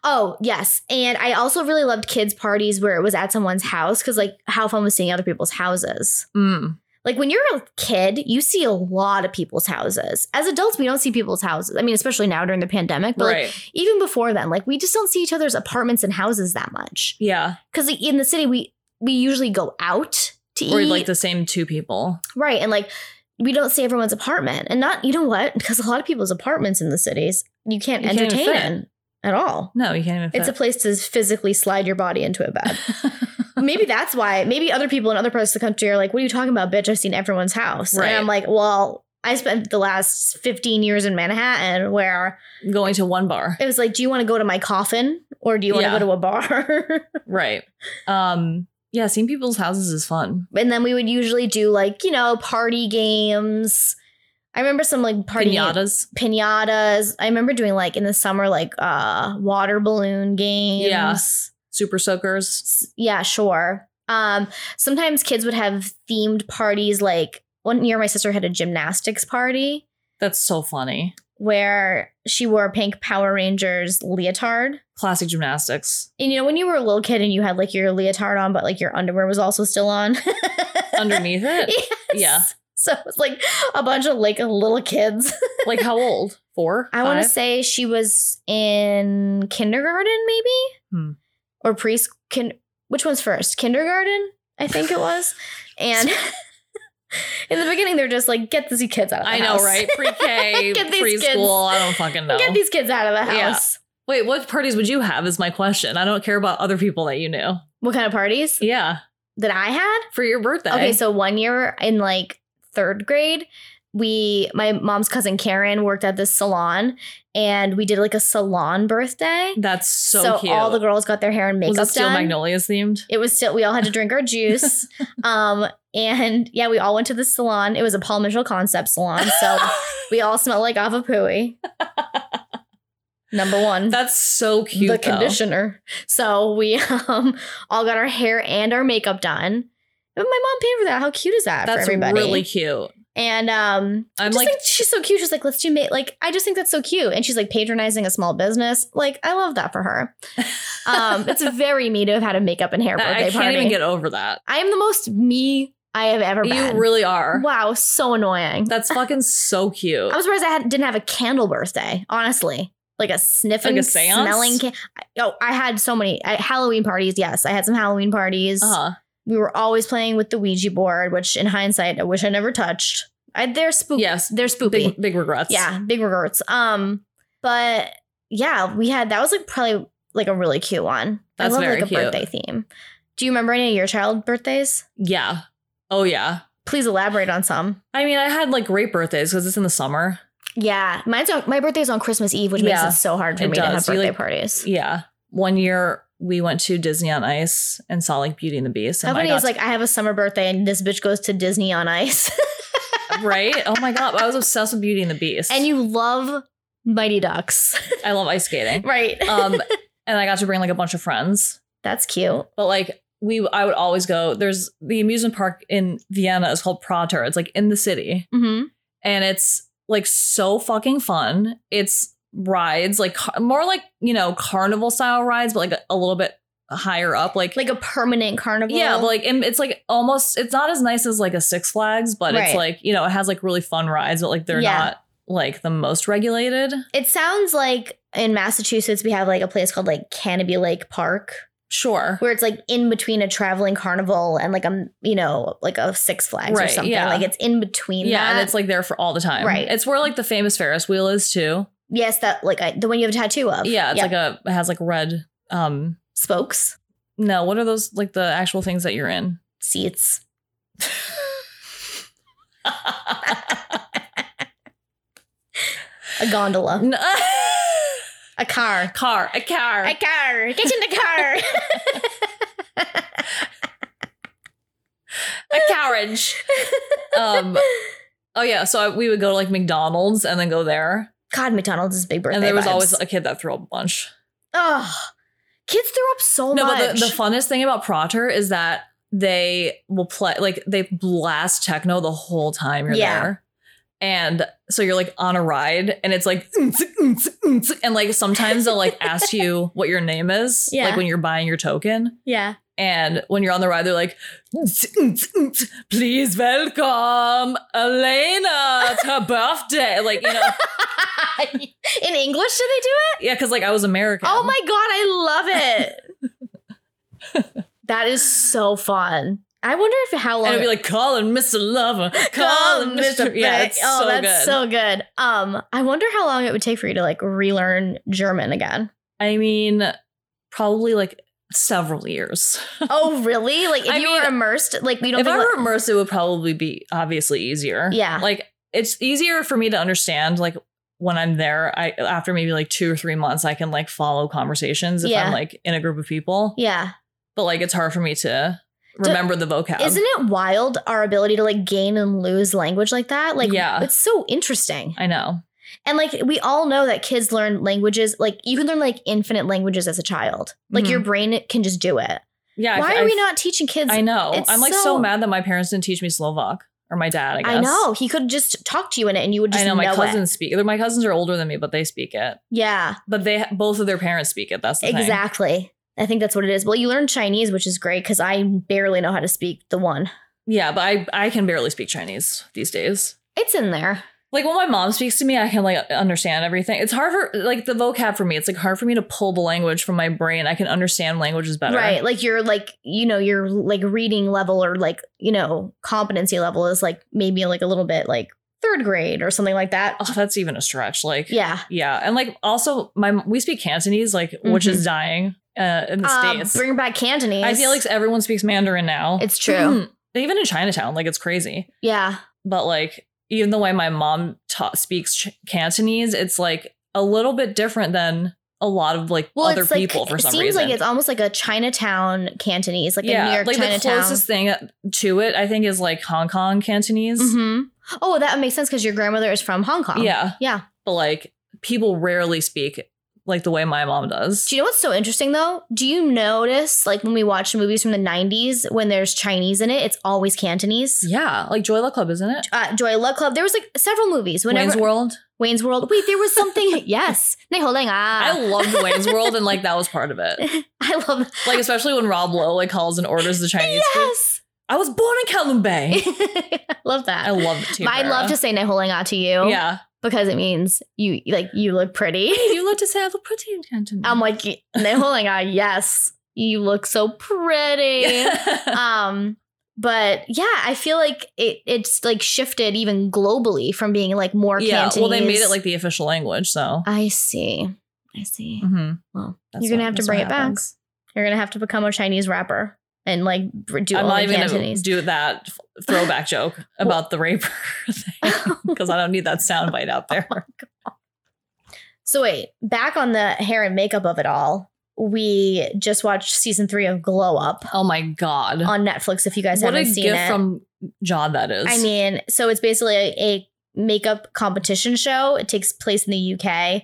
Oh, yes. And I also really loved kids' parties where it was at someone's house because, like, how fun was seeing other people's houses? Mm. Like, when you're a kid, you see a lot of people's houses. As adults, we don't see people's houses. I mean, especially now during the pandemic, but like, Right. even before then, like, we just don't see each other's apartments and houses that much. yeah. Because in the city, we, we usually go out to Or eat. like the same two people. Right. And like we don't see everyone's apartment. And not, you know what? Because a lot of people's apartments in the cities, you can't You can't even entertain fit. in at all. No, you can't even fit. It's a place to physically slide your body into a bed. maybe that's why, maybe other people in other parts of the country are like, what are you talking about, bitch? I've seen everyone's house. Right. And I'm like, well, I spent the last 15 years in Manhattan where Going to one bar. it was like, do you want to go to my coffin or do you want to Yeah. go to a bar? Right. Um Yeah, seeing people's houses is fun. And then we would usually do like, you know, party games. I remember some like party Pinatas. pinatas. I remember doing like in the summer like uh water balloon games. Yeah. Super soakers. S- Yeah, sure. Um sometimes kids would have themed parties like one year my sister had a gymnastics party That's so funny. where she wore a pink Power Rangers leotard. Classic gymnastics. And you know when you were a little kid and you had like your leotard on but like your underwear was also still on. Underneath it? Yeah. So it was like a bunch of like little kids. Like how old? Four? I want to Five? say she was in kindergarten, maybe, Hmm. or preschool. Kin- which one's first? Kindergarten, I think it was. and in the beginning, they're just like, "Get these kids out of the I house." know, right? Pre-K, Get these kids. preschool. I don't fucking know. Get these kids out of the Yeah. house. Wait, what parties would you have? Is my question. I don't care about other people that you knew. What kind of parties Yeah, that I had? for your birthday. Okay, so one year in like third grade, we my mom's cousin Karen worked at this salon, and we did like a salon birthday. that's so, cute. all the girls got their hair and makeup was it Steel done. Magnolias themed? It was still we all had to drink our juice. um and yeah, we all went to the salon. It was a Paul Mitchell concept salon. So we all smelled like Avapui. Number one. that's so cute. the though. conditioner. So we um all got our hair and our makeup done. But my mom paid for that. How cute is that for That's everybody? really cute. and um I'm just like, think she's so cute. She's like, let's do ma-. like I just think that's so cute. And she's like patronizing a small business. Like, I love that for her. Um, it's very me to have had a makeup and hair birthday I, I can't party. even get over that. I am the most me I have ever You been. really are. wow, so annoying. That's fucking so cute. I was surprised I had, didn't have a candle birthday. Honestly, like a sniffing, Like a seance? smelling. Can- I- oh, I had so many I, Halloween parties. Yes, I had some Halloween parties. uh-huh. We were always playing with the Ouija board, which in hindsight, I wish I never touched. I, they're spooky. Yes. they're spoopy. Big big regrets. yeah, big regrets. Um, but yeah, we had that was like probably like a really cute one. That's I love very like a cute. birthday theme. Do you remember any of your child birthdays? Yeah. Oh yeah. Please elaborate on some. I mean, I had like great birthdays because it's in the summer. Yeah, mine's on, my birthday's on Christmas Eve, which Yeah, makes it so hard for it me to have does. You, birthday like- parties. Yeah. One year we went to Disney on Ice and saw like Beauty and the Beast. How And funny I is like I have a summer birthday and this bitch goes to Disney on Ice, got- right? Oh my god, I was obsessed with Beauty and the Beast. and you love Mighty Ducks, I love ice skating. right? Um, and I got to bring like a bunch of friends. That's cute. But like we, I would always go. There's the amusement park in Vienna is called Prater. It's like in the city, hmm and it's like so fucking fun. It's rides like car- more like you know carnival style rides, but like a, a little bit higher up. Like Like a permanent carnival. yeah, like and it's like almost. It's not as nice as like a Six Flags, but it's Right. like you know it has like really fun rides, but like they're Yeah. not like the most regulated. it sounds like in Massachusetts we have like a place called like Canopy Lake Park, Sure. where it's like in between a traveling carnival and like a you know like a Six Flags or Right, something. yeah. Like it's in between. Yeah, that. and it's like there for all the time. Right. It's where like the famous Ferris wheel is too. yes, that like I, the one you have a tattoo of. Yeah, it's like a it has like red um spokes. no, what are those like the actual things that you're in? seats. A gondola. No- A Oh. car. car, a car. car. Get in the car. a carriage. um oh yeah, so I, we would go to like McDonald's and then go there. God, McDonald's is big birthday. and there was vibes. always a kid that threw up lunch. Ugh. Kids threw up so no, much. but the, the funnest thing about Prater is that they will play like they blast techno the whole time you're Yeah. there. And so you're like on a ride and it's like "Mm, tsk, mm, tsk, mm, tsk," and like sometimes they'll like ask you what your name is, Yeah. like when you're buying your token. yeah. And when you're on the ride, they're like, "Mm, tsk, mm, tsk, mm, tsk, please welcome Elena. It's her birthday. Like, you know, in English, did they do it? yeah, because like I was American. Oh my God, I love it. that is so fun. I wonder if how long And it'd be like, calling Mr. Lover, Come, calling Mr. Yeah, Beck. it's oh, so that's good. so good. Um, I wonder how long it would take for you to like relearn German again. I mean, probably like several years. Oh, really? Like if I you mean, were immersed, like you don't If think I were like- immersed, it would probably be obviously easier. Yeah. Like it's easier for me to understand, like when I'm there, I after maybe like two or three months, I can like follow conversations if Yeah. I'm like in a group of people. yeah. But like it's hard for me to remember the vocab. Isn't it wild our ability to like gain and lose language like that? Like, Yeah. it's so interesting. I know. And like we all know that kids learn languages, like you can learn like infinite languages as a child. Like Mhm. your brain can just do it. Yeah. Why I- are we I- not teaching kids? I know. it's I'm like so, so- mad that my parents didn't teach me Slovak or my dad. I guess. I know he could just talk to you in it, and you would just I know my it. cousins speak. My cousins are older than me, but they speak it. Yeah, But they both of their parents speak it. That's the thing. exactly. I think that's what it is. Well, you learn Chinese, which is great because I barely know how to speak the one. Yeah, but I I can barely speak Chinese these days. It's in there. Like when my mom speaks to me, I can like understand everything. It's hard for like the vocab for me. It's like hard for me to pull the language from my brain. I can understand languages better. Right. Like you're like, you know, your like reading level or like, you know, competency level is like maybe like a little bit like third grade or something like that. Oh, that's even a stretch. Like Yeah. yeah, and like also my we speak Cantonese, like which Mm-hmm. is dying uh, in the Uh, states. bring back Cantonese. I feel like everyone speaks Mandarin now. It's true. Even in Chinatown, like it's crazy. yeah. But like even the way my mom ta- speaks Ch- Cantonese, it's like a little bit different than a lot of like Well, other it's like, people for some it seems reason. like it's almost like a Chinatown Cantonese, like a New York like the Chinatown. closest thing to it, I think, is like Hong Kong Cantonese. Mhm. Oh, that makes sense because your grandmother is from Hong Kong. Yeah, Yeah. but like people rarely speak like the way my mom does. Do you know what's so interesting though? Do you notice like when we watch movies from the 90s when there's Chinese in it, it's always Cantonese? yeah, like Joy Luck Club, isn't it? Uh, Joy Luck Club. There was like several movies. Whenever Wayne's World. Wayne's World. Wait, there was something. yes. Nay, hold on, I ah. loved Wayne's World, and like that was part of it. I love Like especially when Rob Lowe like calls and orders the Chinese food. Yes. I was born in Kowloon Bay. I love I that. loved it too. But I'd love to say nay holding ah to you. Yeah, Because it means you like you look pretty. you love to say I have a protein Cantonese. I'm like, nay holding ah, yes. You look so pretty. um but yeah i feel like it it's like shifted even globally from being like more yeah. Cantonese. Well, they made it like the official language, so. i see i see Mhm. Well, That's you're gonna what- have to that's bring what it back happens. you're gonna have to become a chinese rapper and like r- do I'm only not even Cantonese. gonna do that f- throwback joke about the raper thing because I don't need that sound bite out there. so wait back on the hair and makeup of it all we just watched season three of glow up Oh my god! on netflix if you guys What a haven't gift seen it from John that is. I mean, so it's basically a, a makeup competition show. It takes place in the UK.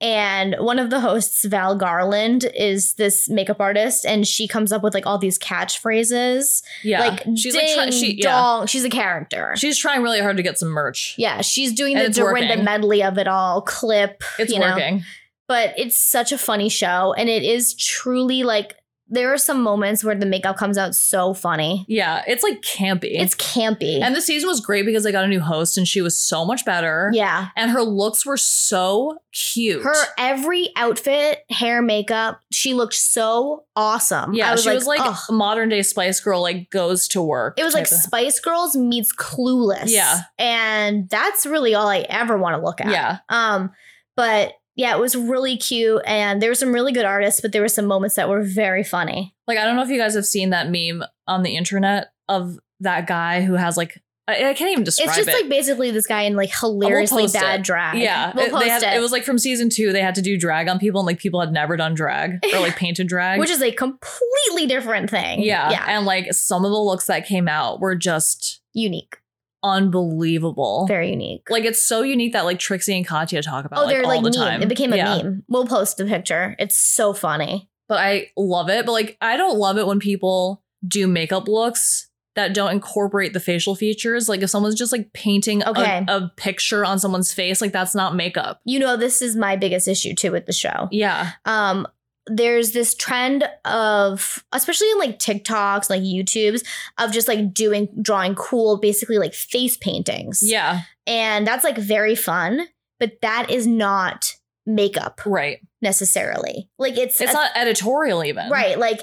And one of the hosts, Val Garland, is this makeup artist, and she comes up with like all these catchphrases. yeah, Like, she's she's like ding, try- she, yeah, dong. She's a character. she's trying really hard to get some merch. yeah, she's doing And the it's Dorinda working. medley of it all clip. It's you know? working. But it's such a funny show, and it is truly like there are some moments where the makeup comes out so funny. Yeah, it's like campy. It's campy. and the season was great because they got a new host and she was so much better. yeah. and her looks were so cute. Her every outfit, hair, makeup, she looked so awesome. yeah, I was she like, was like "Ugh." modern day Spice Girl, like goes to work. it was like type of- Spice Girls meets Clueless. Yeah. and that's really all I ever want to look at. yeah, Um, but yeah, it was really cute, and there were some really good artists, but there were some moments that were very funny. Like, I don't know if you guys have seen that meme on the internet of that guy who has like, I, I can't even describe it's just it. Oh, like basically this guy in like hilariously post bad it. drag. yeah, we'll it, post they had, it, it. was like from season two. They had to do drag on people, and like people had never done drag or like painted drag, which is a completely different thing. yeah, yeah, And like some of the looks that came out were just unique, unbelievable. very unique. like it's so unique that like Trixie and Katya talk about. Oh, like, they're like all the meme. time. It became a Yeah. meme. We'll post the picture. It's so funny. but I love it. But like, I don't love it when people do makeup looks that don't incorporate the facial features. Like, if someone's just like painting a- Okay. a, picture on someone's face, like that's not makeup. You know, this is my biggest issue too with the show. Yeah, Um, there's this trend of, especially in like TikToks, like YouTubes, of just like doing drawing cool, basically like face paintings. yeah, and that's like very fun, but that is not makeup right. necessarily. Like it's It's a not editorial even. Right. Like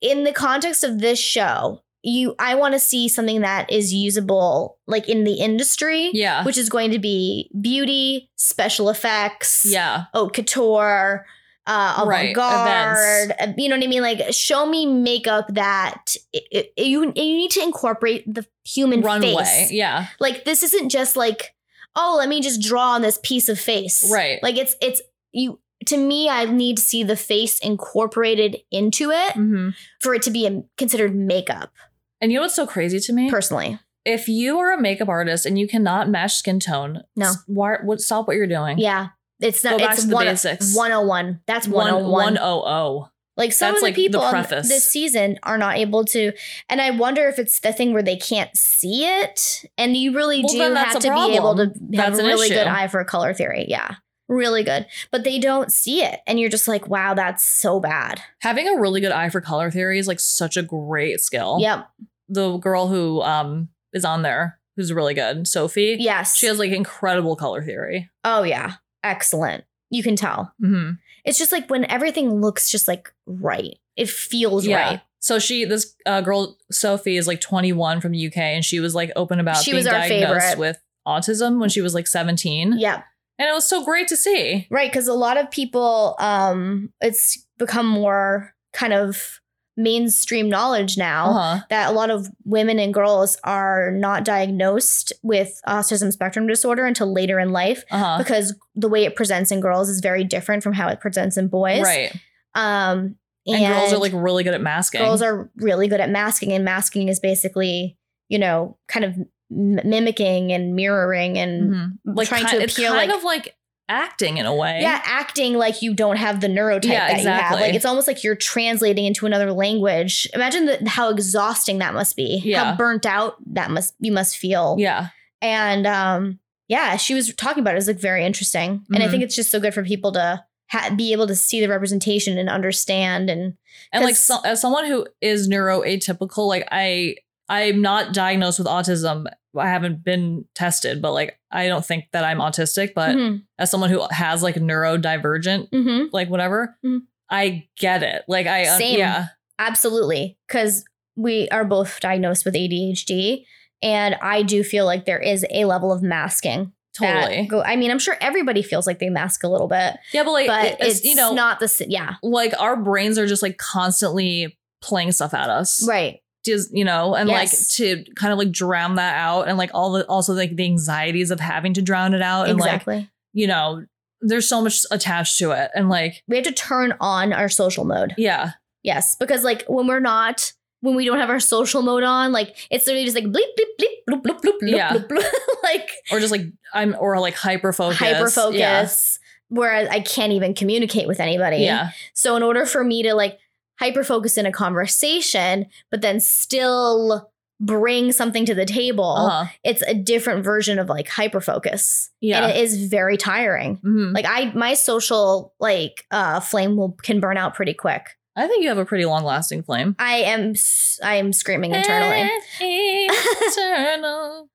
in the context of this show, you I want to see something that is usable like in the industry, Yeah. which is going to be beauty, special effects, yeah. haute couture, uh, Right, avant garde. You know what I mean? Like show me makeup that it, it- you you need to incorporate the human Runway. face. Yeah. Like this isn't just like oh, let me just draw on this piece of face. Right. Like it's it's you to me, I need to see the face incorporated into it Mm-hmm. for it to be um, considered makeup, And you know what's so crazy to me? personally. if you are a makeup artist and you cannot match skin tone, No. s- why, what, stop what you're doing. Yeah. It's not, Go back it's to the one, basics. 101. That's One, 101. one oh oh. Like some That's of the like the people on preface. this season are not able to, and I wonder if it's the thing where they can't see it, and you really Well, then do that's have a to be able to have problem. That's a an really issue. good eye for color theory. Yeah, really good, but they don't see it, and you're just like, wow, that's so bad. Having a really good eye for color theory is like such a great skill. Yep. The girl who um is on there who's really good, Sophie. Yes. She has like incredible color theory. oh yeah, excellent. You can tell. Mm-hmm. It's just like when everything looks just like right, it feels right. So she, this uh, girl Sophie, is like 21 from the UK, and she was like open about She being was our diagnosed favorite. with autism when she was like 17, Yeah. and it was so great to see. Right, because a lot of people, um, it's become more kind of mainstream knowledge now Uh-huh. that a lot of women and girls are not diagnosed with autism spectrum disorder until later in life Uh-huh. because the way it presents in girls is very different from how it presents in boys. Right. Um, and, And, girls are like really good at masking. girls are really good at masking, and masking is basically you know kind of m- mimicking and mirroring and Mhm. like trying ki- to it's appear kind like of like acting in a way. Yeah, acting like you don't have the neurotype Yeah, that you have. Like exactly. it's almost like you're translating into another language. Imagine the, how exhausting that must be. Yeah. How burnt out that must you must feel. Yeah. And um, yeah, she was talking about it. It was like very interesting, and I Mhm. think it's just so good for people to ha- be able to see the representation and understand. And And like 'Cause- so- as someone who is neuroatypical, like I I'm not diagnosed with autism. I haven't been tested, but like I don't think that I'm autistic, but Mhm, as someone who has like neurodivergent mhm, like whatever, Mhm. I get it. Like I uh, Same. yeah. absolutely, because we are both diagnosed with ADHD, and I do feel like there is a level of masking. that Totally. go- I mean, I'm sure everybody feels like they mask a little bit. yeah, but like but it- it's, it's you know not the s- yeah like our brains are just like constantly playing stuff at us. right just you know and Yes. like to kind of like drown that out and like all the also like the anxieties of having to drown it out and like exactly you know there's so much attached to it and like we have to turn on our social mode yeah yes because like when we're not when we don't have our social mode on like it's literally just like bleep bleep bleep bloop bloop bloop bloop, Yeah. Oh, bloop, bloop. like or just like i'm or like hyper focus hyper yeah focus whereas i can't even communicate with anybody yeah so in order for me to like hyper focus in a conversation but then still bring something to the table uh-huh. it's a different version of like hyper focus yeah and it is very tiring Mhm. Like I my social like uh flame will can burn out pretty quick. i think you have a pretty long lasting flame I am s- I am screaming internally. Internal.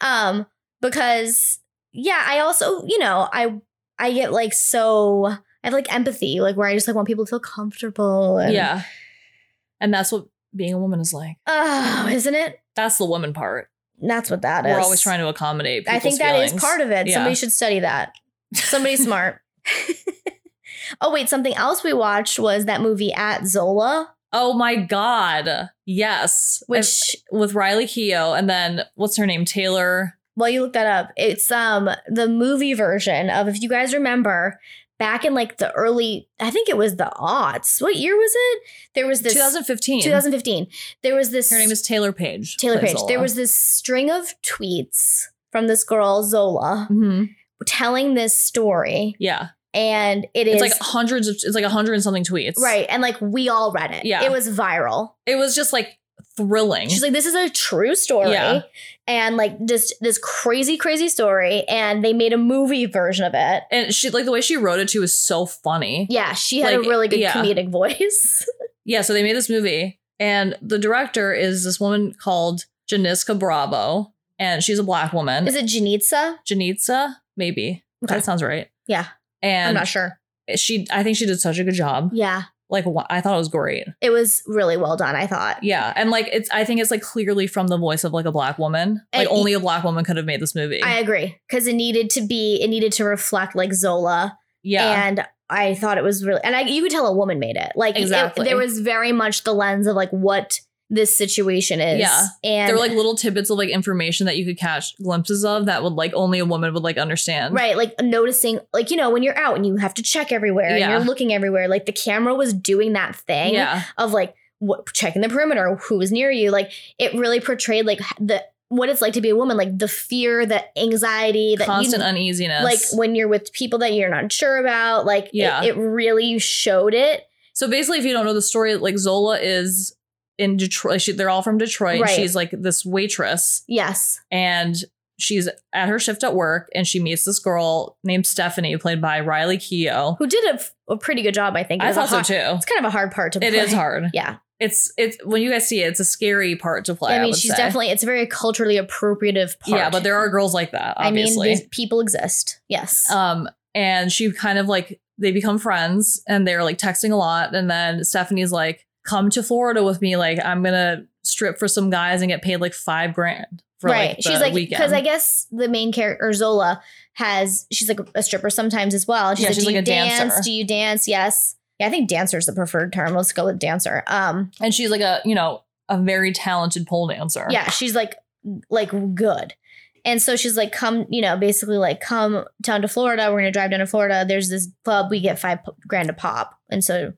um because yeah, I also, you know, I I get like so I have like empathy, like where I just like want people to feel comfortable and yeah and that's what being a woman is like Oh, isn't it? that's the woman part That's what that is. we're always trying to accommodate I think that is part of it. Yeah. Somebody should study that. Somebody smart. oh wait, something else we watched was that movie at Zola, Oh my god. Yes. If- which with Riley Keough and then what's her name? Taylor. Well, you look that up. It's um the movie version of if you guys remember back in like the early I think it was the aughts. What year was it? There was this 2015. 2015. There was this her name is Taylor Page. Taylor plays Page. Zola. There was this string of tweets from this girl Zola Mhm. telling this story Yeah. and it is It's like hundreds of it's like a hundred and something tweets. right and like we all read it. Yeah. It was viral. It was just like thrilling. She's like, this is a true story. Yeah. And like just this crazy, crazy story. And they made a movie version of it. and she like the way she wrote it too is so funny. Yeah, she had Like, a really good yeah. comedic voice. Yeah, so they made this movie, and the director is this woman called Janiska Bravo, and she's a black woman. Is it Janitza? Janitza? Maybe. Okay. That sounds right. Yeah. And I'm not sure. she I think she did such a good job. Yeah, Like wh- I thought it was great. it was really well done, I thought. Yeah, and like it's I think it's like clearly from the voice of like a black woman. And- Like only a black woman could have made this movie. I agree because it needed to be, it needed to reflect like Zola, yeah. and I thought it was really, and I, you could tell a woman made it. Like it- Exactly. there was very much the lens of like what this situation is. Yeah. And there were like little tidbits of like information that you could catch glimpses of that would like only a woman would like understand. Right, like noticing, like, you know, when you're out and you have to check everywhere and Yeah. you're looking everywhere, like the camera was doing that thing Yeah. of like what, checking the perimeter, who was near you. Like, it really portrayed like the what it's like to be a woman, like the fear, the anxiety, that Constant you, uneasiness. like when you're with people that you're not sure about. Like, it- Yeah. it really showed it. So basically, if you don't know the story, like Zola is in Detroit. She, they're all from Detroit. Right. She's like this waitress, Yes. and she's at her shift at work, and she meets this girl named Stephanie, played by Riley Keough. Who did a, f- a pretty good job, I think. It I was a thought so hard- too. It's kind of a hard part to play. It is hard. Yeah. It's it's when you guys see it, it's a scary part to play. I mean, would she's say. definitely, it's a very culturally appropriative part. yeah, but there are girls like that. Obviously, I mean, these people exist. Yes. Um, and she kind of like they become friends and they're like texting a lot. And then Stephanie's like, come to Florida with me. Like, I'm gonna strip for some guys and get paid like five grand for right. like the she's like, weekend. because I guess the main character, Zola, has, she's like a stripper sometimes as well. And She's Yeah, like, she's do like you a dance? dancer." Do you dance? Yes. Yeah, I think dancer is the preferred term. Let's go with dancer. Um, and she's like a you know, a very talented pole dancer. yeah, she's like, like good. And so she's like, come, you know, basically like, come down to Florida. We're gonna drive down to Florida. There's this club. We get five p- grand a pop. And so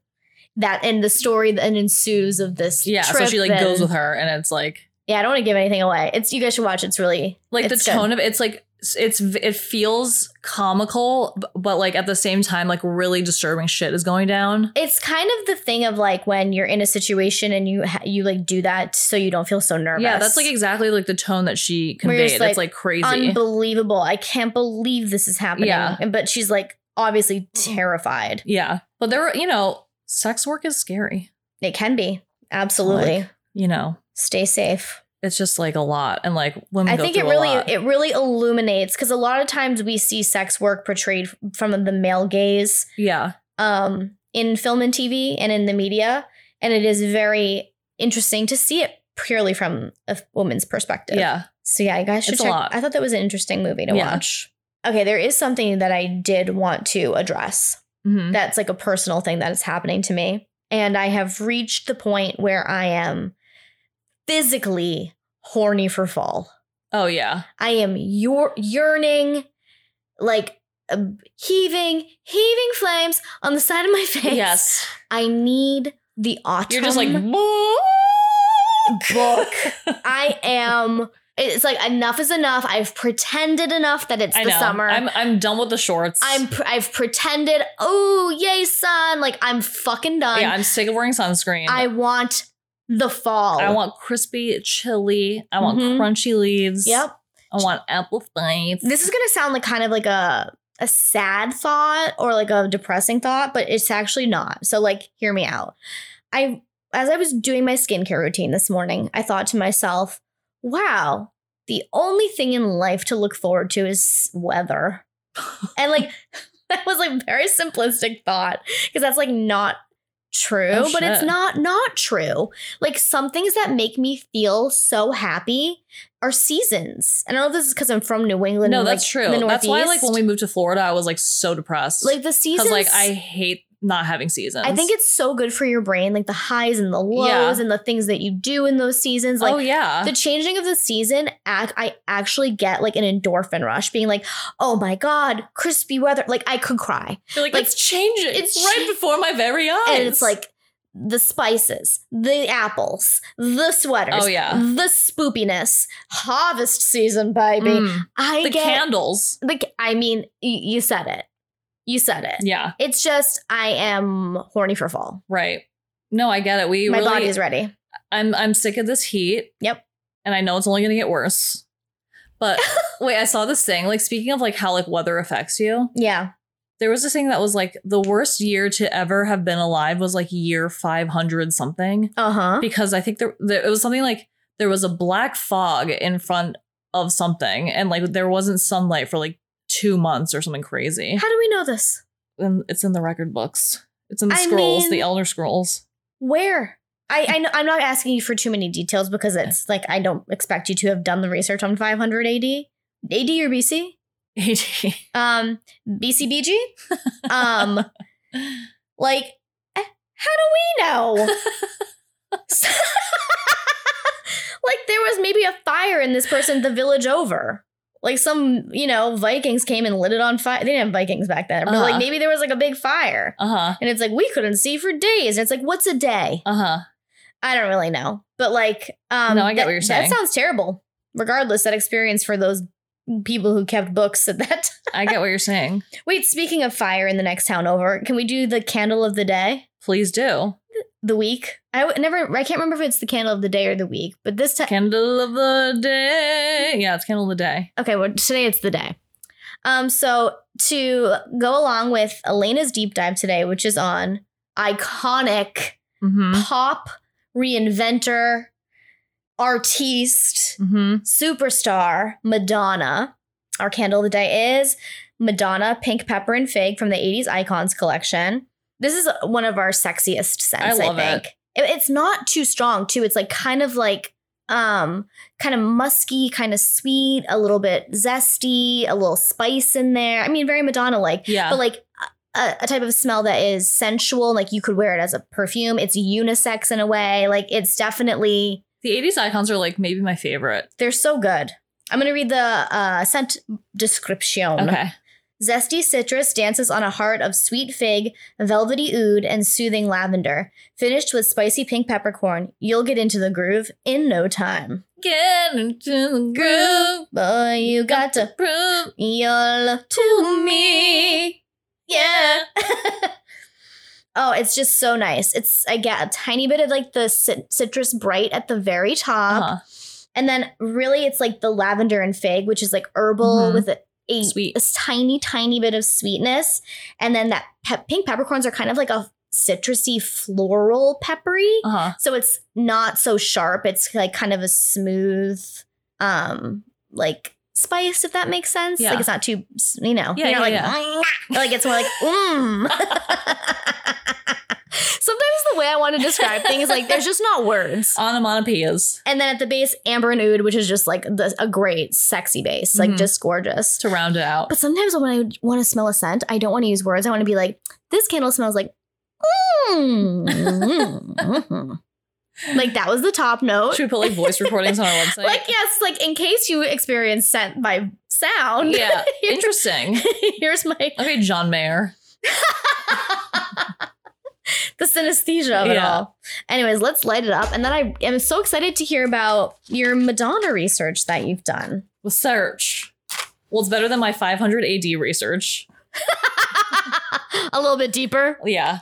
that, and the story that ensues of this. Yeah. So trip she like and- goes with her and it's like Yeah, I don't want to give anything away. It's you guys should watch. It's really like it's the good. tone of it's like it's it feels comical, b- but like at the same time, like really disturbing shit is going down. It's kind of the thing of like when you're in a situation and you ha- you like do that so you don't feel so nervous. Yeah, that's like exactly like the tone that she Where you're conveyed. just it's like crazy. unbelievable. I can't believe this is happening. Yeah. Mm. And- but she's like obviously terrified. Yeah. But there were, you know, sex work is scary. It can be absolutely. You know, Stay safe. it's just like a lot. And like women, I think it really it really illuminates because a lot of times we see sex work portrayed from the male gaze. yeah. um, in film and TV and in the media, and it is very interesting to see it purely from a woman's perspective. Yeah. So yeah, you guys should It's a check. lot. I thought that was an interesting movie to Yeah. watch. Okay, there is something that I did want to address. Mhm. That's like a personal thing that is happening to me, and I have reached the point where I am physically horny for fall. Oh, yeah. I am year- yearning, like um, heaving, heaving flames on the side of my face. Yes. I need the autumn. You're just like, book. I am. It's like enough is enough. I've pretended enough that it's I the know. summer. I'm, I'm done with the shorts. I'm pr- I've pretended. Oh yay, sun! Like I'm fucking done. yeah, I'm sick of wearing sunscreen. I want the fall. I want crispy chili. I want Mhm. crunchy leaves. Yep. I want apple bites. This is gonna sound like kind of like a a sad thought or like a depressing thought, but it's actually not. So like, hear me out. I as I was doing my skincare routine this morning, I thought to myself, wow, the only thing in life to look forward to is weather. and like that was like very simplistic thought because that's like not true, Oh, but it's shit. not not true. Like some things that make me feel so happy are seasons. And I don't know if this is because I'm from New England. no, and, that's like, true. The That's why, like, when Northeast. we moved to Florida, I was like so depressed. like the seasons, like, I hate not having seasons. I think it's so good for your brain, like the highs and the lows Yeah. and the things that you do in those seasons. Like oh, yeah. the changing of the season, ac- I actually get like an endorphin rush, being like, "Oh my god, crispy weather!" Like I could cry, You're like, Like, it's changing. it's It's right cha- before my very eyes. and it's like the spices, the apples, the sweaters, Oh, yeah. the spoopiness, harvest season, baby. Mm. I the get candles. like, I mean, y- you said it, you said it. Yeah, It's just I am horny for fall. right. No, I get it. We my really, body is ready. I'm I'm sick of this heat. Yep. And I know it's only gonna get worse. But wait, I saw this thing. Like speaking of like how like weather affects you, Yeah. there was this thing that was like the worst year to ever have been alive was like year five hundred something Uh huh. because I think there, there it was something like there was a black fog in front of something and like there wasn't sunlight for like two months or something crazy. How do we know this? in, it's in the record books. It's in the I scrolls, mean- the Elder Scrolls. Where? I, I know, I'm not asking you for too many details because it's like I don't expect you to have done the research on 500 AD, AD or BC, um, BCBG, um, like eh, how do we know? Like there was maybe a fire in this person the village over. Like some, you know, Vikings came and lit it on fire. They didn't have Vikings back then, but Uh-huh. like maybe there was like a big fire. Uh huh. And it's like we couldn't see for days. And it's like, what's a day? Uh huh. I don't really know. But like um No, I get that- what you're saying. That sounds terrible. Regardless, that experience for those people who kept books at that time. I get what you're saying. Wait, speaking of fire in the next town over, can we do the candle of the day? Please do. The week? I w- never I can't remember if it's the candle of the day or the week, but this time Candle of the day. Yeah, it's candle of the day. Okay, well, today it's the day. Um, so to go along with Elena's deep dive today, which is on iconic Mm pop reinventor, artiste, hmm. Mm hmm. superstar, Madonna. Our candle of the day is Madonna Pink Pepper and Fig from the 80s Icons collection. This is one of our sexiest scents, I, love it. think. It- It's not too strong, too. It's like kind of like um kind of musky, kind of sweet, a little bit zesty, a little spice in there. I mean, very Madonna like Yeah. but like a, a type of smell that is sensual like you could wear it as a perfume it's unisex in a way like it's definitely the 80s icons are like maybe my favorite. they're so good i'm gonna read the uh, scent description Okay. Zesty citrus dances on a heart of sweet fig, velvety oud, and soothing lavender. Finished with spicy pink peppercorn, you'll get into the groove in no time. Get into the groove. Boy, you got to prove your love to me. Yeah. oh, it's just so nice. It's I get a tiny bit of like the cit- citrus bright at the very top, Uh-huh. and then really it's like the lavender and fig, which is like herbal Mhm. with a, a, Sweet. a tiny, tiny bit of sweetness, and then that pe- pink peppercorns are kind of like a citrusy floral peppery. Uh-huh. So it's not so sharp. It's like kind of a smooth, um, like spice, if that makes sense. Yeah. Like it's not too, you know, Yeah, you're not yeah, like, like it's more like, mmm. Sometimes the way I want to describe things, like there's just not words. Onomatopoeias And then at the base, amber and oud, which is just like the, a great, sexy base, like Mhm. just gorgeous. to round it out. But sometimes when I want to smell a scent, I don't want to use words. I want to be like, this candle smells like, mm like that was the top note. Should we put like voice recordings on our website? Like yes, like in case you experience scent by sound. yeah. here's, Interesting. here's my Okay, John Mayer. the synesthesia of it Yeah. all. Anyways, let's light it up, and then I am so excited to hear about your Madonna research that you've done. with search. Well, it's better than my 500 AD research. A little bit deeper. Yeah.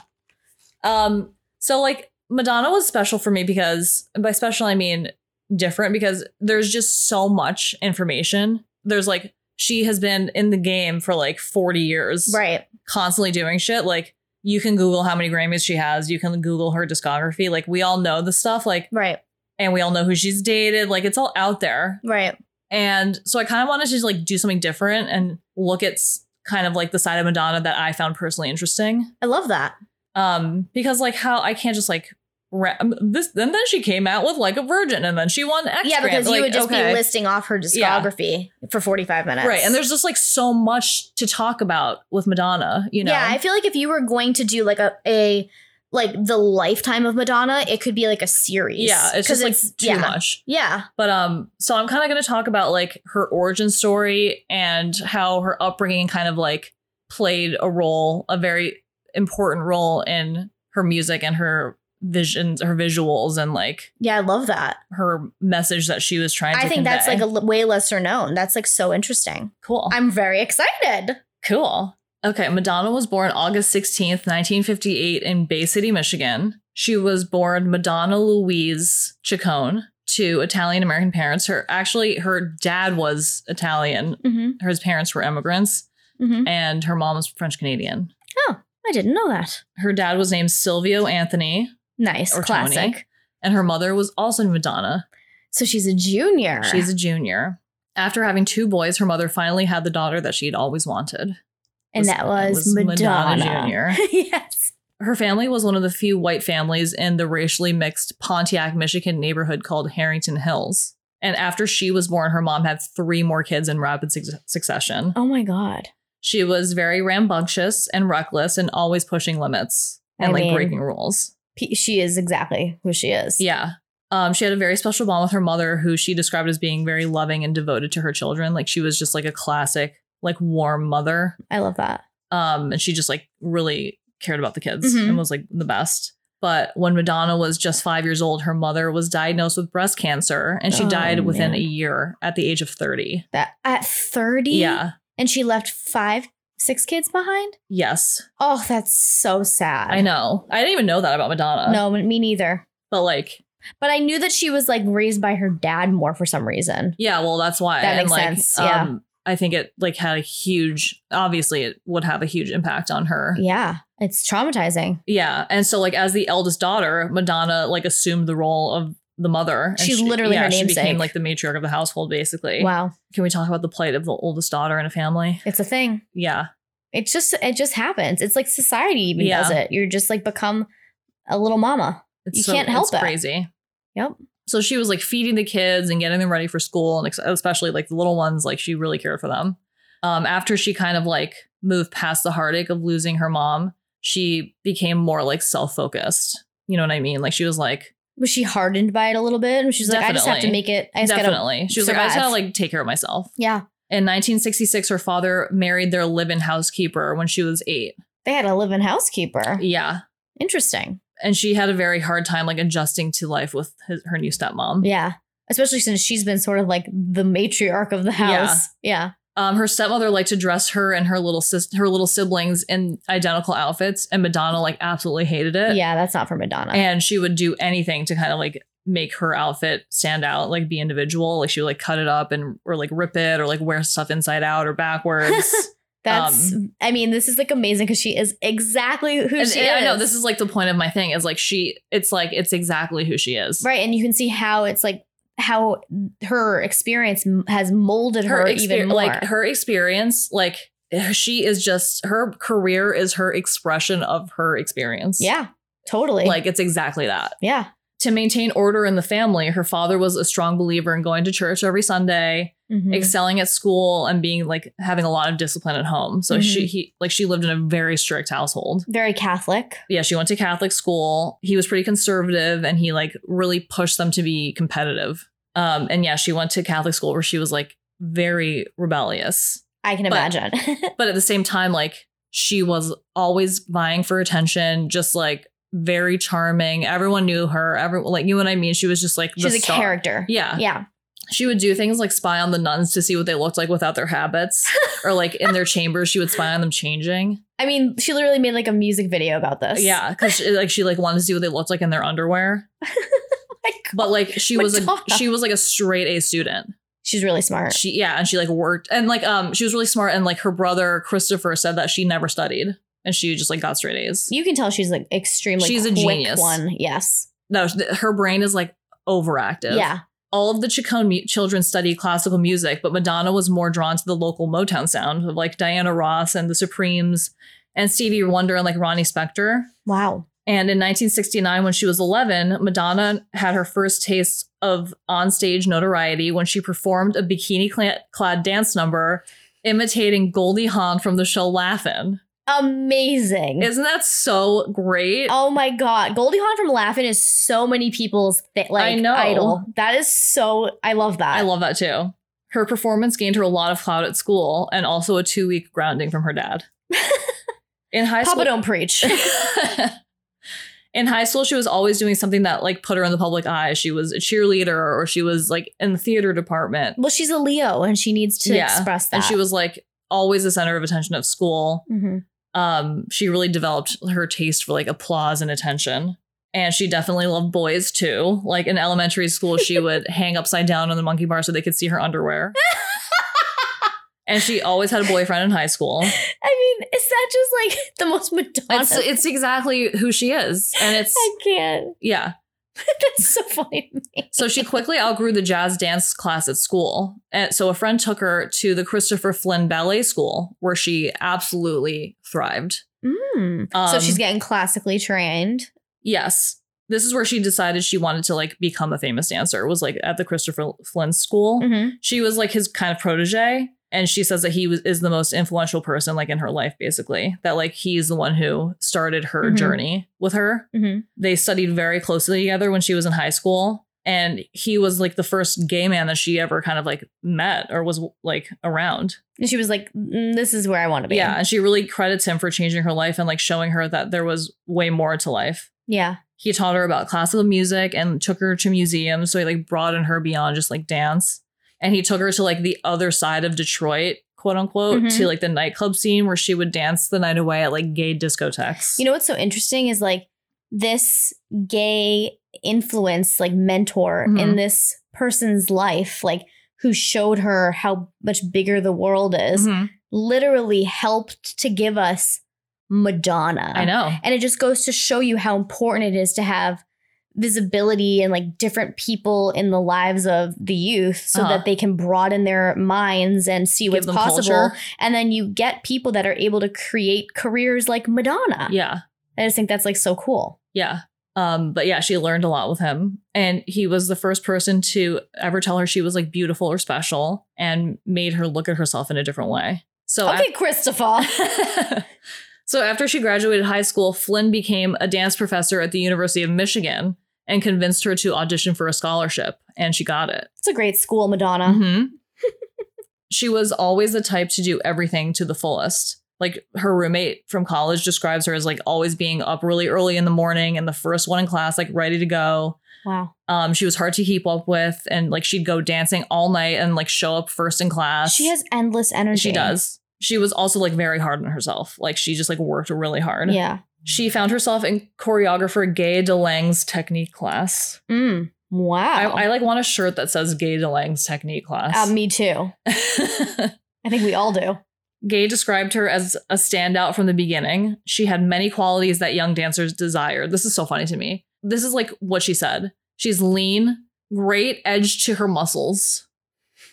Um. So like Madonna was special for me because and by special I mean different because there's just so much information. There's like she has been in the game for like 40 years, Right. constantly doing shit. Like you can Google how many Grammys she has. You can Google her discography. Like we all know the stuff. Like Right. and we all know who she's dated. Like it's all out there. Right. And so I kind of wanted to like do something different and look at s- kind of like the side of Madonna that I found personally interesting. I love that. Um, because like how I can't just like ra- um, this. And then she came out with like a virgin, and then she won X. yeah, because Grammy. you Like, would just okay. be listing off her Yeah. discography for forty-five minutes. right. And there's just like so much to talk about with Madonna. You know. Yeah, I feel like if you were going to do like a, a like the lifetime of Madonna, it could be like a series. yeah. It's 'Cause just like too yeah, much. Yeah, But um, so I'm kind of going to talk about like her origin story and how her upbringing kind of like played a role, a very important role in her music and her visions, her visuals, and like yeah, I love that. her message that she was trying. I, to think that's like convey. a l- way lesser known. That's like so interesting. cool. I'm very excited. Cool. Okay, Madonna was born August 16th, 1958, in Bay City, Michigan. She was born Madonna Louise Ciccone to Italian American parents. Her actually her dad was Italian Mm-hmm. her parents were immigrants Mm-hmm. and her mom was French Canadian. I didn't know that. Her dad was named Silvio Anthony Nice, or classic. Tony, and her mother was also Madonna. So she's a junior. She's a junior. After having two boys, her mother finally had the daughter that she had always wanted. and that was, Madonna. Junior. yes. Her family was one of the few white families in the racially mixed Pontiac, Michigan neighborhood called Harrington Hills. And after she was born, her mom had three more kids in rapid suc- succession. Oh my god. She was very rambunctious and reckless and always pushing limits and I like mean- breaking rules. P- she is exactly who she is. Yeah. Um, she had a very special bond with her mother, who she described as being very loving and devoted to her children. Like she was just like a classic, like warm mother. I love that. Um, and she just like really cared about the kids Mhm. and was like the best. But when Madonna was just five years old, her mother was diagnosed with breast cancer, and she Oh, died within man. a year at the age of thirty. That at 30? Yeah. And she left five, six kids behind? Yes, Oh, that's so sad. I know. I didn't even know that about Madonna. No, me neither. but like, But I knew that she was like raised by her dad more for some reason. yeah. Well, that's why. That makes like, sense, yeah. Um, I think it like had a huge. Obviously, it would have a huge impact on her. Yeah, it's traumatizing. Yeah. And so like as the eldest daughter, Madonna like assumed the role of the mother. And She's literally her She became namesake. like the matriarch of the household, basically. Wow, Can we talk about the plight of the oldest daughter in a family? it's a thing. Yeah. It's just it just happens. It's like society even Yeah. does it. You're just like become a little mama. It's You can't help it's it. crazy. Yep. So she was like feeding the kids and getting them ready for school, and ex- especially like the little ones, like she really cared for them. Um, after she kind of like moved past the heartache of losing her mom, she became more like self focused. You know what I mean? Like she was like, Was she hardened by it a little bit? And she's like, I just have to Definitely. make it. I just gotta. definitely. She was like, I just gotta survive. like take care of myself. Yeah, In 1966, her father married their live in housekeeper when she was eight. they had a live-in housekeeper. Yeah. Interesting. And she had a very hard time like adjusting to life with his, her new stepmom. Yeah, especially since she's been sort of like the matriarch of the house. Yeah. Um, her stepmother liked to dress her and her little sis- her little siblings in identical outfits, and Madonna like absolutely hated Yeah, it. that's not for Madonna. Uh, And she would do anything to kind of like make her outfit stand out, like be individual. Like she would like cut it up and or like rip it or like wear stuff inside out or backwards. that's. I mean, this is like amazing because she is exactly who um, And- she and is. I know this is like the point of my thing is like she it's like it's exactly who she is. right and you can see how it's like how her experience m- has molded her, even exper- more like her experience like she is just her career is her expression of her experience yeah totally like it's exactly that yeah to maintain order in the family her father was a strong believer in going to church every sunday Mhm. excelling at school and being like having a lot of discipline at home Mm-hmm. so she he like she lived in a very strict household very catholic yeah she went to catholic school he was pretty conservative and he like really pushed them to be competitive um and yeah she went to catholic school where she was like very rebellious i can But- imagine but at the same time like she was always vying for attention just like very charming everyone knew her everyone like you know what i mean she was just like the she's a star. character yeah. yeah she would do things like spy on the nuns to see what they looked like without their habits or like in their chambers she would spy on them changing i mean she literally made like a music video about this yeah because like she like wanted to see what they looked like in their underwear Like, but like she was Madonna. a she was like a straight a student she's really smart she yeah and she like worked and like um she was really smart and like her brother christopher said that she never studied and she just like got straight a's you can tell she's like extremely She's a quick genius. one yes no, th- her brain is like overactive. yeah All of the Chicone mu- children study classical music, but Madonna was more drawn to the local Motown sound of like Diana Ross and the Supremes and Stevie Wonder and like Ronnie Spector. wow And in 1969, when she was 11, Madonna had her first taste of onstage notoriety when she performed a bikini cla- clad dance number imitating Goldie Hawn from the show Laugh-In. amazing Isn't that so great? Oh my god, Goldie Hawn from Laughing is so many people's th- like know. idol. That is so. I love that. I love that too. Her performance gained her a lot of clout at school and also a two week grounding from her dad. In high Papa school, don't preach. in high school, she was always doing something that like put her in the public eye. She was a cheerleader or she was like in the theater department, Well, she's a Leo and she needs to Yeah. express that. and she was like always the center of attention at school. Mhm. Um, she really developed her taste for like applause and attention. And she definitely loved boys too. Like in elementary school, she would hang upside down on the monkey bar so they could see her underwear. and she always had a boyfriend in high school. I mean, is that just like the most Madonna? It's, it's exactly who she is. And it's, I can't. yeah. That's so funny. to me. So she quickly outgrew the jazz dance class at school. And so a friend took her to the Christopher Flynn Ballet School, where she absolutely thrived. Mm. so Um, she's getting classically trained. Yes. This is where she decided she wanted to like become a famous dancer. Was like at the Christopher Flynn school. Mhm. She was like his kind of protege, and she says that he was is the most influential person like in her life, basically. That like he's the one who started her Mhm. journey with her. Mhm. They studied very closely together when she was in high school, and he was like the first gay man that she ever kind of like met or was like around. And she was like, "Mm, "This is where I want to be." Yeah, and she really credits him for changing her life and like showing her that there was way more to life. yeah. He taught her about classical music and took her to museums, so he like broadened her beyond just like dance. And he took her to like the other side of Detroit, quote unquote, Mhm. to like the nightclub scene where she would dance the night away at like gay discotheques. You know what's so interesting is like this gay influence, like mentor in Mhm. this person's life, like who showed her how much bigger the world is, Mhm. literally helped to give us Madonna. I know. And it just goes to show you how important it is to have visibility and like different people in the lives of the youth so Uh-huh. that they can broaden their minds and see Give what's them possible. culture. And then you get people that are able to create careers like Madonna. Yeah. I just think that's like so cool. Yeah. Um, but yeah, she learned a lot with him. And he was the first person to ever tell her she was like beautiful or special and made her look at herself in a different way. So okay, Christopher. af- So after she graduated high school, Flynn became a dance professor at the University of Michigan and convinced her to audition for a scholarship, and she got it. It's a great school, Madonna. Mhm. she was always the type to do everything to the fullest. Like her roommate from college describes her as like always being up really early in the morning and the first one in class, like ready to go. Wow. Um, she was hard to keep up with, and like she'd go dancing all night and like show up first in class. She has endless energy. She does. She was also like very hard on herself. Like she just like worked really hard. Yeah. She found herself in choreographer Gay DeLang's technique class. Mm. Wow. I, I like want a shirt that says Gay DeLang's technique class. Uh, me too. I think we all do. Gay described her as a standout from the beginning. She had many qualities that young dancers desire. This is so funny to me. This is like what she said. She's lean, great edge to her muscles,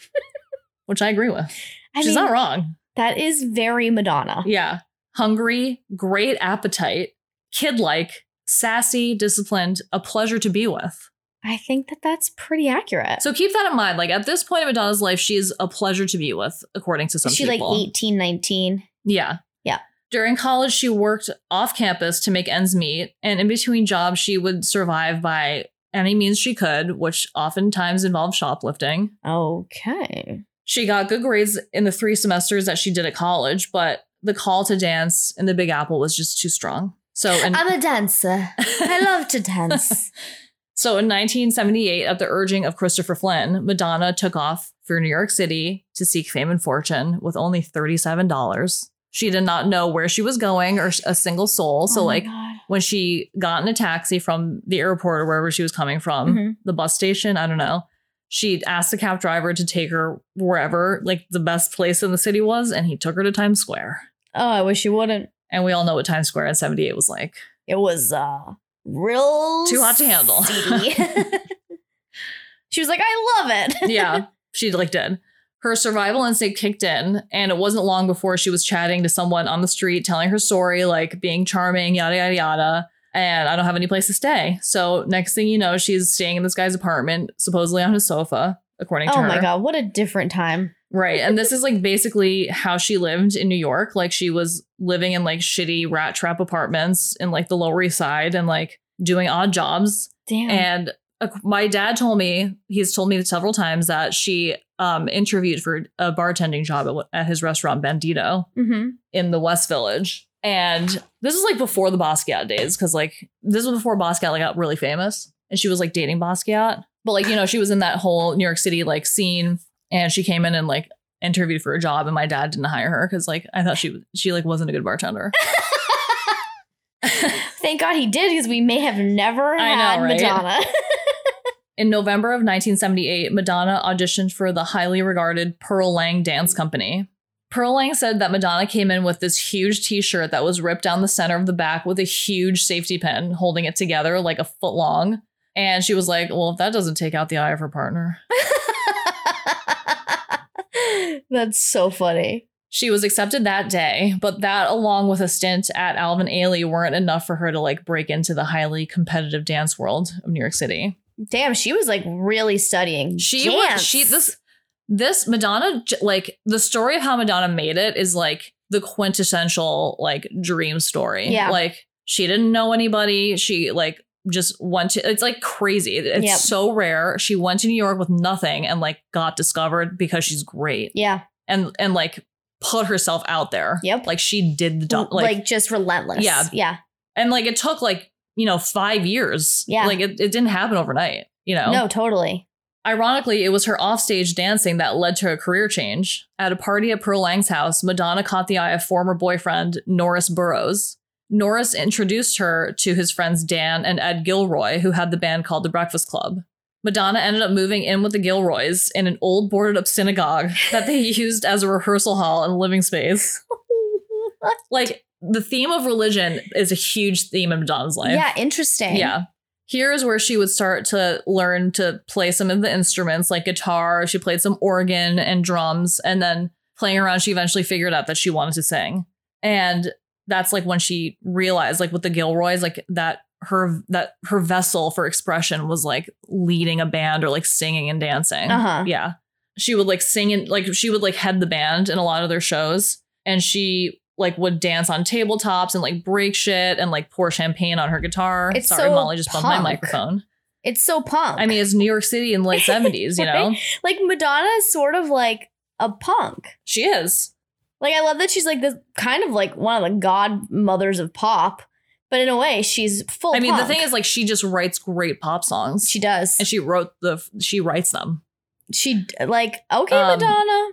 which I agree with. I She's mean, not wrong. that is very Madonna. Yeah. Hungry, great appetite, kid like, sassy, disciplined, a pleasure to be with. I think that that's pretty accurate. So keep that in mind. Like at this point in Madonna's life, she is a pleasure to be with, according to some Is she people. like 18, 19? Yeah. Yeah. During college, she worked off campus to make ends meet. And in between jobs, she would survive by any means she could, which oftentimes involved shoplifting. Okay. She got good grades in the three semesters that she did at college, but the call to dance in the Big Apple was just too strong. So in, I'm a dancer. I love to dance. so in 1978, at the urging of Christopher Flynn, Madonna took off for New York City to seek fame and fortune with only $37. She did not know where she was going or a single soul. So Oh my like God. when she got in a taxi from the airport or wherever she was coming from, Mhm. the bus station, I don't know. She asked the cab driver to take her wherever, like the best place in the city was, and he took her to Times Square. Oh, I wish you wouldn't. And we all know what Times Square in 78 was like. It was uh real Too hot to handle. seedy. she was like, I love it. Yeah, she like did. Her survival instinct kicked in, and it wasn't long before she was chatting to someone on the street, telling her story, like being charming, yada, yada, yada. And I don't have any place to stay. So, next thing you know, she's staying in this guy's apartment, supposedly on his sofa, according to Oh her. my god, what a different time. Right. And this is like basically how she lived in New York. Like she was living in like shitty rat trap apartments in like the Lower East Side and like doing odd jobs. Damn. And uh, my dad told me, he's told me several times that she um, interviewed for a bartending job at, at his restaurant, Bandito, mm-hmm. in the West Village. And this is like before the Basquiat days, because like this was before Basquiat like got really famous, and she was like dating Basquiat. But like you know, she was in that whole New York City like scene, and she came in and like interviewed for a job, and my dad didn't hire her because like I thought she was she like wasn't a good bartender. Thank God he did, because we may have never I know, had right? Madonna. In November of 1978, Madonna auditioned for the highly regarded Pearl Lang Dance Company. Pearl Lang said that Madonna came in with this huge t shirt that was ripped down the center of the back with a huge safety pin holding it together like a foot long. And she was like, Well, if that doesn't take out the eye of her partner. That's so funny. She was accepted that day, but that along with a stint at Alvin Ailey weren't enough for her to like break into the highly competitive dance world of New York City. Damn, she was like really studying. She dance. was she this this Madonna j- like the story of how Madonna made it is like the quintessential like dream story. Yeah. Like she didn't know anybody. She like just went to it's like crazy. It- It's Yep. so rare. She went to New York with nothing and like got discovered because she's great Yeah. and and like put herself out there. Yep. Like she did the do- Like, like, just relentless. Yeah. Yeah. and like it took like, you know, 5 years. Yeah. Like it, it didn't happen overnight, you know. No, totally. Ironically, it was her offstage dancing that led to a career change. At a party at Pearl Lang's house, Madonna caught the eye of former boyfriend Norris Burroughs. Norris introduced her to his friends Dan and Ed Gilroy, who had the band called The Breakfast Club. Madonna ended up moving in with the Gilroys in an old boarded up synagogue that they used as a rehearsal hall and living space. Like, the theme of religion is a huge theme in Madonna's life. yeah. Interesting. Yeah. Here is where she would start to learn to play some of the instruments like guitar. She played some organ and drums. And then playing around, she eventually figured out that she wanted to sing. And that's like when she realized, like with the Gilroys, like that her that her vessel for expression was like leading a band or like singing and dancing. Uh-huh. Yeah. She would like sing and like she would like head the band in a lot of their shows. And she like would dance on tabletops and like break shit and like pour champagne on her guitar. It's Sorry, so Molly just bumped my punk. microphone. It's so punk. I mean, it's New York City in the late 70s, you know? like Madonna is sort of like a punk. She is. Like I love that she's like this kind of like one of the godmothers of pop, but in a way she's full. I mean, the punk. thing is, like, she just writes great pop songs. she does. and she wrote the, she writes them. She like okay, Um, Madonna.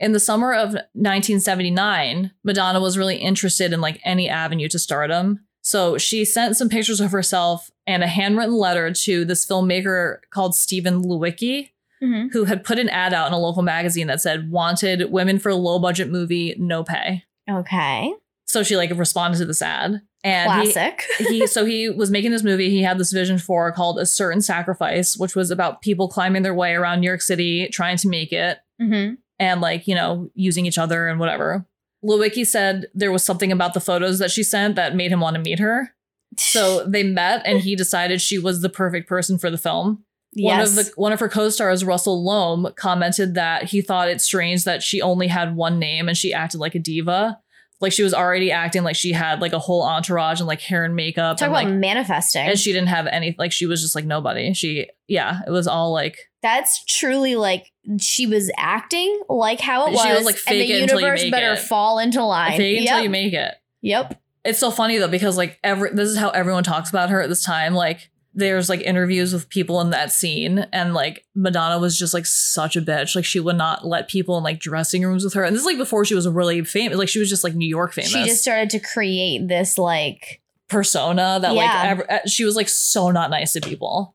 In the summer of 1979, Madonna was really interested in like any avenue to stardom. So she sent some pictures of herself and a handwritten letter to this filmmaker called Stephen Lewicki, Mhm. who had put an ad out in a local magazine that said, Wanted women for low budget movie, no pay. Okay, So she like responded to this ad. And he- classic. he so he was making this movie he had this vision for called a certain sacrifice which was about people climbing their way around new york city trying to make it mm-hmm. and like you know using each other and whatever lewicki said there was something about the photos that she sent that made him want to meet her so they met and he decided she was the perfect person for the film yes, one of the one of her co-stars russell loam commented that he thought it strange that she only had one name and she acted like a diva like she was already acting like she had like a whole entourage and like hair and makeup talk and about like manifesting. and she didn't have any like she was just like nobody she yeah it was all like That's truly like she was acting like how it was. She was, like, and fake the it until you universe make better it. fall into line. fake yep. until you make it yep. it's so funny though because like every this is how everyone talks about her at this time like there's like interviews with people in that scene and like madonna was just like such a bitch like she would not let people in like dressing rooms with her and this is like before she was really famous like she was just like new york famous She just started to create this like persona that like Yeah. ever, eh, she was like so not nice to people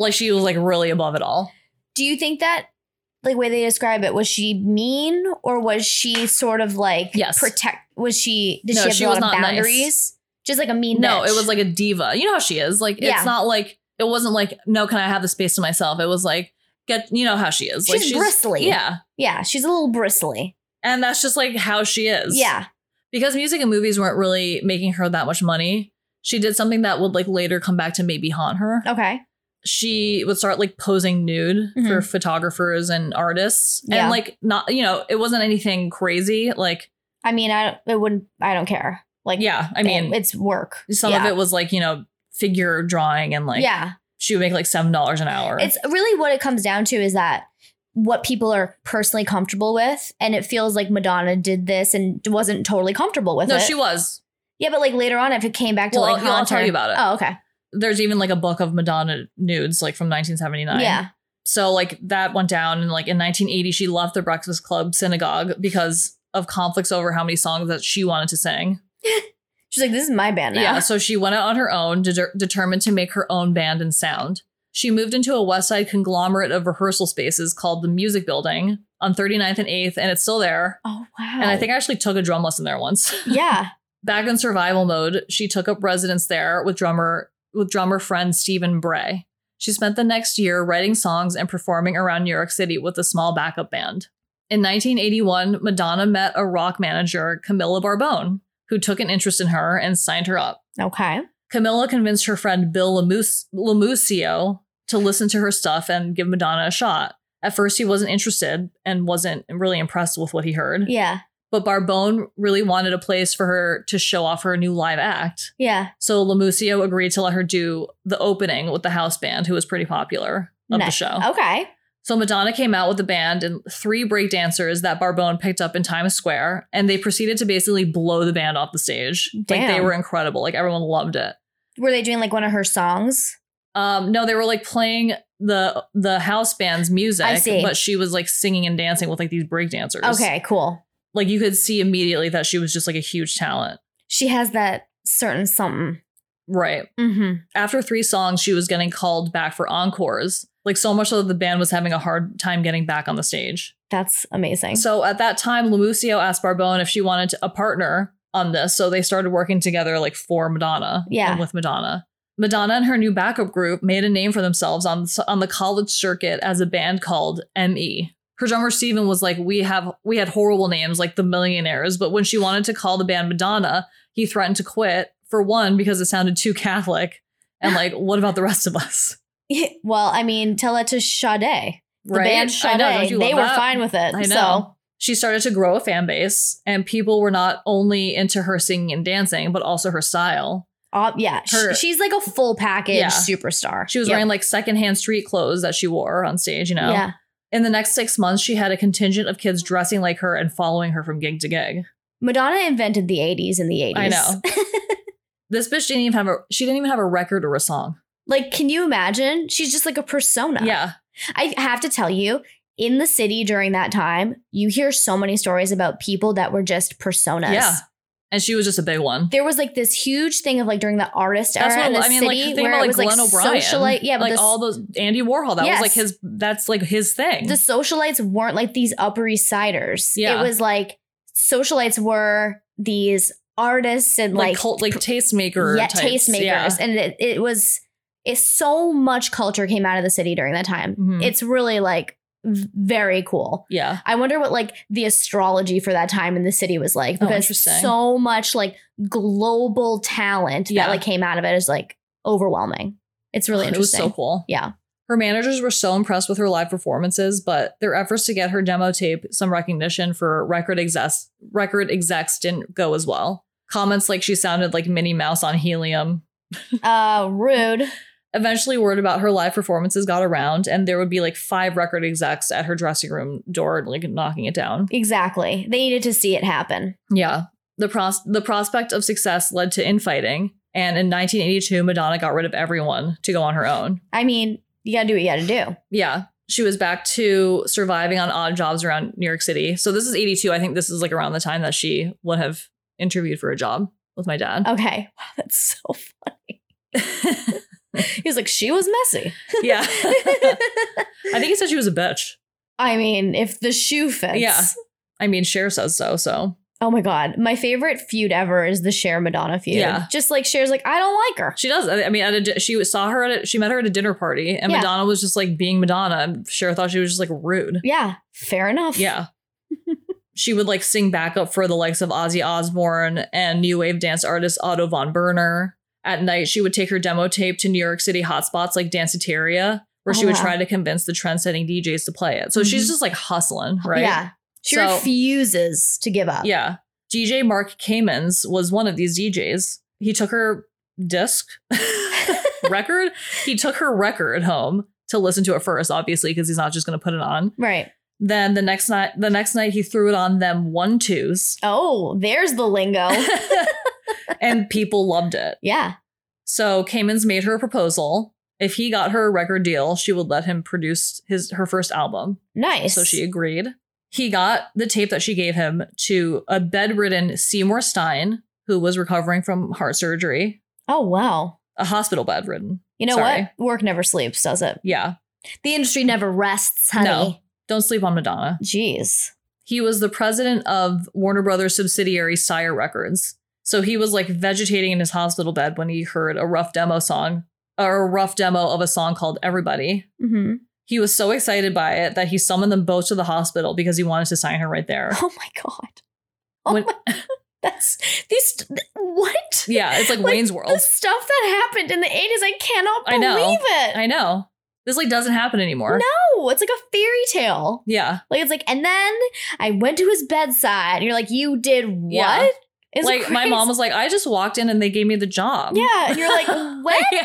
like she was like really above it all do you think that like way they describe it was she mean or was she sort of like Yes. protect was she did No, she have she a was lot of not nice. boundaries just like a mean No, bitch. it was like a diva. You know how she is. Like Yeah. it's not like it wasn't like no, can I have the space to myself? It was like get you know how she is. Like she's, bristly Yeah. yeah she's a little bristly And that's just like how she is. yeah Because music and movies weren't really making her that much money. She did something that would like later come back to maybe haunt her. okay She would start like posing nude for photographers and artists. Mm-hmm. Yeah. And like not you know, it wasn't anything crazy. Like I mean I it wouldn't I don't care like yeah, I mean it's work some of Yeah. it was like, you know, figure drawing and like yeah she would make like seven dollars an hour. it's really what it comes down to is that what people are personally comfortable with and it feels like Madonna did this and wasn't totally comfortable with no, it she was. yeah but like later on if it came back to Well, like I'll- I'll haunt tell her- you about it. oh okay there's even like a book of Madonna nudes, like from 1979. Yeah. So like that went down, and like in 1980, she left the Breakfast Club synagogue because of conflicts over how many songs that she wanted to sing. She's like, this is my band now. Yeah. So she went out on her own, de- determined to make her own band and sound. She moved into a West Side conglomerate of rehearsal spaces called the Music Building on 39th and 8th, and it's still there. Oh wow. And I think I actually took a drum lesson there once. yeah. Back in survival mode, she took up residence there with drummer with drummer friend Stephen Bray. She spent the next year writing songs and performing around New York City with a small backup band. In 1981, Madonna met a rock manager, Camilla Barbone, who took an interest in her and signed her up. Okay. Camilla convinced her friend Bill Lamus- Lamusio to listen to her stuff and give Madonna a shot. At first, he wasn't interested and wasn't really impressed with what he heard. Yeah. But Barbone really wanted a place for her to show off her new live act. Yeah. So Lamusio agreed to let her do the opening with the house band, who was pretty popular of the Nice. show. Okay. So Madonna came out with the band and three break dancers that Barbone picked up in Times Square, and they proceeded to basically blow the band off the stage. Like they Damn. were incredible. Like everyone loved it. Were they doing like one of her songs? Um, no, they were like playing the the house band's music, I see. but she was like singing and dancing with like these break dancers. Okay, cool. Like you could see immediately that she was just like a huge talent. She has that certain something. Right. Mm-hmm. After three songs, she was getting called back for encores. Like so much so that the band was having a hard time getting back on the stage. That's amazing. So at that time, Lamusio asked Barbone if she wanted to- a partner on this. So they started working together like for Madonna. Yeah. And with Madonna. Madonna and her new backup group made a name for themselves on, on the college circuit as a band called ME. Her drummer Steven was like, We have we had horrible names like the Millionaires, but when she wanted to call the band Madonna, he threatened to quit, for one, because it sounded too Catholic. And like, what about the rest of us? well, I mean, tell it to Sade. The band I Sade, know, don't you they love were that? fine with it. I So know. she started to grow a fan base, and people were not only into her singing and dancing, but also her style. uh, yeah, sh- Her- she's like a full package Yeah. superstar. She was Yep. wearing like secondhand street clothes that she wore on stage, you know? Yeah. In the next six months, she had a contingent of kids dressing like her and following her from gig to gig. Madonna invented the 80s in the 80s. I know. This bitch didn't even have a she didn't even have a record or a song. like, can you imagine? She's just like a persona. Yeah. I have to tell you, in the city during that time, you hear so many stories about people that were just personas. Yeah. And she was just a big one. There was like this huge thing of like during the artist That's era in what the I mean, like city think where about it like was Glenn like O'Brien. socialite. Yeah, but like the, all those Andy Warhol. That Yes. was like his that's like his thing. the socialites weren't like these Upper East Siders. Yeah. It was like socialites were these artists and like, like, cult like tastemaker yeah, types. tastemakers. Yeah. And it, it was it, so much culture came out of the city during that time. Mhm. It's really like v- very cool. yeah. I wonder what like the astrology for that time in the city was like Oh, because interesting. so much like global talent Yeah. that like came out of it is like overwhelming. It's really It was interesting. so cool. Yeah. Her managers were so impressed with her live performances, but their efforts to get her demo tape some recognition for record execs, record execs didn't go as well. Comments like she sounded like Minnie Mouse on helium. Uh rude. Eventually, word about her live performances got around, and there would be like five record execs at her dressing room door, like knocking it down. Exactly. They needed to see it happen. Yeah. The, pros- the prospect of success led to infighting, and in 1982, Madonna got rid of everyone to go on her own. I mean, you gotta do what you gotta do. Yeah. She was back to surviving on odd jobs around New York City. So this is 82. I think this is like around the time that she would have interviewed for a job with my dad. Okay. Wow, that's so fun. He's like, she was messy. yeah. I think he said she was a bitch. I mean, if the shoe fits. Yeah. I mean, Cher says so. So Oh my god. My favorite feud ever is the Cher Madonna feud. Yeah. Just like Cher's like, I don't like her. she does. I I mean, at a, di- she saw her at a, she met her at a dinner party, and Yeah. Madonna was just like being Madonna. And Cher thought she was just like rude. Yeah. Fair enough. Yeah. she would like sing backup for the likes of Ozzy Osbourne and new wave dance artist Otto von Berner. At night, she would take her demo tape to New York City hotspots like Danceteria, where she Oh, would wow. try to convince the trend-setting DJs to play it. So she's Mhm. just like hustling, right? Yeah. She So- refuses to give up. Yeah. DJ Mark Kamens was one of these DJs. He took her disc record. He took her record home to listen to it first, obviously, because he's not just going to put it on. Right. Then the next night, the next night he threw it on them one twos, Oh, there's the lingo. and people loved it. yeah. So Kamen's made her a proposal. If he got her a record deal, she would let him produce his her first album. Nice. So she agreed. He got the tape that she gave him to a bedridden Seymour Stein, who was recovering from heart surgery, Oh wow. a hospital bedridden. You know Sorry. what? Work never sleeps, does it? Yeah, The industry never rests, honey. don't sleep on Madonna. Jeez. He was the president of Warner Brothers subsidiary Sire Records. So he was like vegetating in his hospital bed when he heard a rough demo song or a rough demo of a song called Everybody. Mm-hmm. He was so excited by it that he summoned them both to the hospital because he wanted to sign her right there. Oh my god. Oh When- my, that's these what? yeah, it's like, Like, Wayne's World. The stuff that happened in the 80s, I cannot I believe know. it. I know. This like doesn't happen anymore. No, it's like a fairy tale. Yeah. Like it's like, and then I went to his bedside, and you're like, you did what? Yeah. It's like my crazy. mom was like, I just walked in and they gave me the job. Yeah, and you're like, what? Yeah.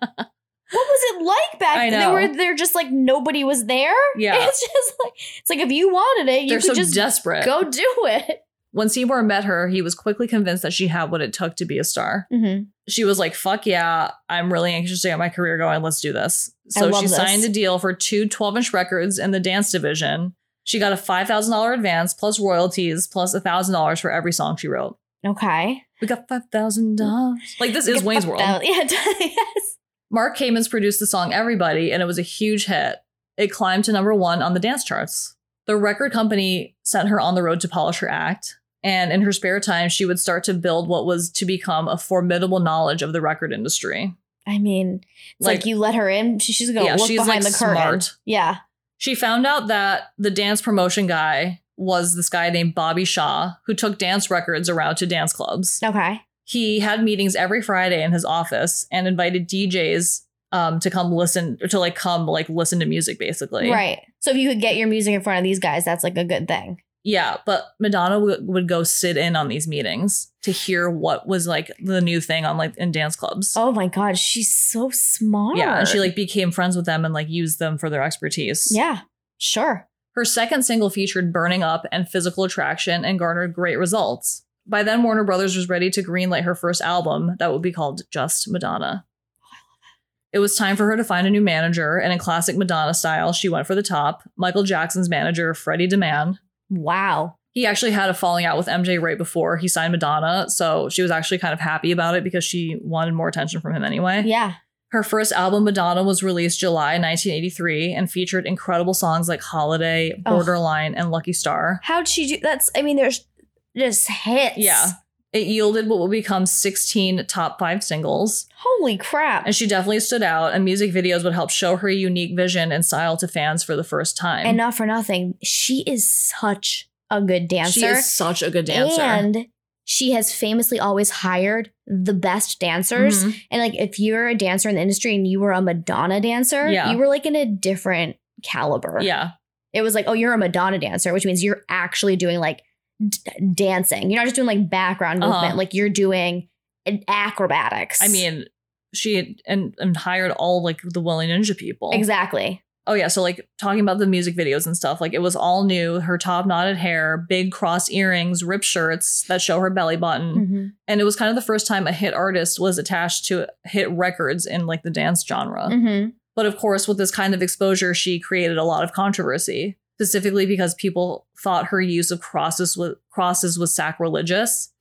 What was it like back I then? They were know. they're just like nobody was there. Yeah. It's just like it's like if you wanted it, you They're could so just desperate. go do it. when Seymour met her, he was quickly convinced that she had what it took to be a star. Mm-hmm. She was like, fuck yeah, I'm really anxious to get my career going. Let's do this. I So love she this. signed a deal for two 12 inch records in the dance division. She got a $5,000 advance plus royalties plus $1,000 for every song she wrote. Okay. We got $5,000. Like, this is Get Wayne's fucked World. out. Yeah. yes. Mark Kamens produced the song Everybody, and it was a huge hit. It climbed to number one on the dance charts. The record company sent her on the road to polish her act, and in her spare time, she would start to build what was to become a formidable knowledge of the record industry. I mean, it's like, you let her in, she- she's gonna Yeah, look she's, behind like, the curtain. smart. Yeah. she found out that the dance promotion guy was this guy named Bobby Shaw, who took dance records around to dance clubs. Okay. he had meetings every Friday in his office and invited DJs um, to come listen or to like come like listen to music basically. Right. So if you could get your music in front of these guys, that's like a good thing. Yeah, but Madonna w- would go sit in on these meetings to hear what was like the new thing on like in dance clubs. Oh my god, she's so smart. Yeah, and she like became friends with them and like used them for their expertise. Yeah. Sure. Her second single featured Burning Up and Physical Attraction and garnered great results. By then, Warner Brothers was ready to greenlight her first album that would be called Just Madonna. It was time for her to find a new manager, and in classic Madonna style, she went for the top Michael Jackson's manager, Freddie DeMann. Wow. He actually had a falling out with MJ right before he signed Madonna, so she was actually kind of happy about it because she wanted more attention from him anyway. Yeah. Her first album, Madonna, was released July 1983 and featured incredible songs like Holiday, Oh. Borderline, and Lucky Star. How'd she do that's I mean, there's just hits. Yeah. It yielded what would become 16 top five singles, Holy crap. and she definitely stood out, and music videos would help show her unique vision and style to fans for the first time. And not for nothing, she is such a good dancer. She is such a good dancer. And she has famously always hired the best dancers. Mhm. And like if you're a dancer in the industry and you were a Madonna dancer, Yeah. you were like in a different caliber. Yeah. It was like, oh, you're a Madonna dancer, which means you're actually doing like d- dancing. You're not just doing like background Uh-huh. movement, like you're doing an- acrobatics. I mean, she and, and hired all like the Willy Ninja people. exactly. Oh yeah, so like talking about the music videos and stuff, like it was all new. Her top knotted hair, big cross earrings, ripped shirts that show her belly button, Mhm. and it was kind of the first time a hit artist was attached to hit records in like the dance genre. Mhm. But of course, with this kind of exposure, she created a lot of controversy, specifically because people thought her use of crosses with crosses was sacrilegious.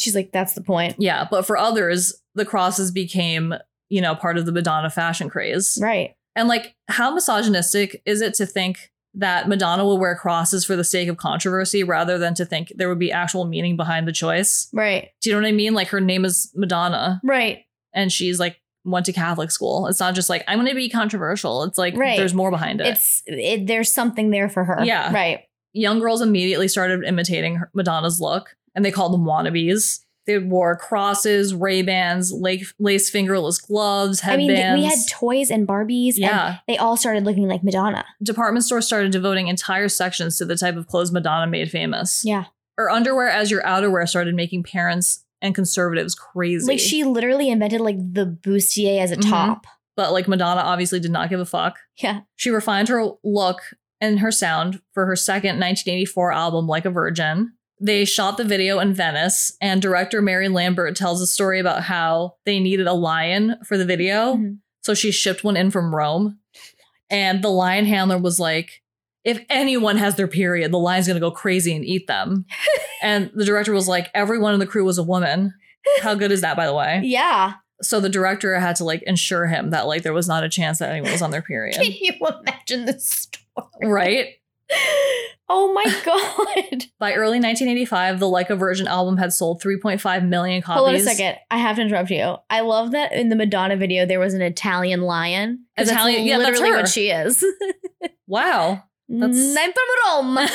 She's like, that's the point. Yeah, but for others, the crosses became you know part of the Madonna fashion craze. Right. And like, how misogynistic is it to think that Madonna will wear crosses for the sake of controversy rather than to think there would be actual meaning behind the choice? Right. Do you know what I mean? Like, her name is Madonna Right. and she's like, went to Catholic school. It's not just like, I'm going to be controversial. It's like, Right. there's more behind it. It's it, there's something there for her. Yeah. Right. Young girls immediately started imitating her- Madonna's look and they called them wannabes. They wore crosses, Ray-Bans, lace, lace fingerless gloves, I mean, headbands. th- we had toys and Barbies, and yeah. they all started looking like Madonna. department stores started devoting entire sections to the type of clothes Madonna made famous. Yeah. Her underwear as your outerwear started making parents and conservatives crazy. Like she literally invented like the bustier as a Mhm. top. but like Madonna obviously did not give a fuck. Yeah. She refined her look and her sound for her second 1984 album, Like a Virgin. They shot the video in Venice, and director Mary Lambert tells a story about how they needed a lion for the video. Mhm. So she shipped one in from Rome. And the lion handler was like, if anyone has their period, the lion's gonna go crazy and eat them. and the director was like, everyone in the crew was a woman. How good is that, by the way? Yeah. So the director had to like ensure him that like there was not a chance that anyone was on their Can period. you imagine the story? right? Oh my god. By early 1985, the Like a Virgin album had sold 3.5 million copies. Hold on a second. I have to interrupt you. I love that in the Madonna video there was an Italian lion. 'Cause that's Italian- yeah, that's literally her. what she is. Wow. That's- I'm from Rome.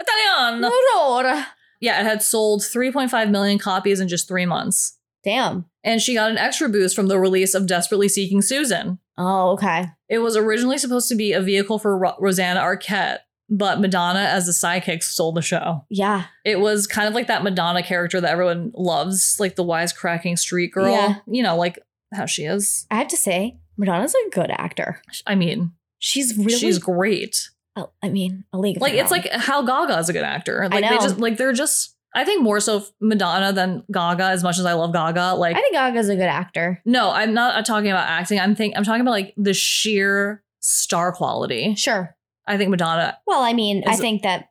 Italian. Aurora. Yeah, it had sold 3.5 million copies in just three months. Damn. and she got an extra boost from the release of Desperately Seeking Susan. Oh, okay. It was originally supposed to be a vehicle for Ro- Rosanna Arquette, but Madonna as the sidekick stole the show. Yeah. It was kind of like that Madonna character that everyone loves, like the wisecracking street girl, Yeah. you know, like how she is. I have to say, Madonna's a good actor. I mean, She's really she's great. oh, I mean, a league. of Like her it's own. like how Gaga's a good actor. Like know. they just like they're just I think more so Madonna than Gaga as much as I love Gaga. Like I think Gaga's a good actor. No, I'm not uh, talking about acting. I'm think I'm talking about like the sheer star quality. Sure. I think Madonna. Well, I mean, I Is- think that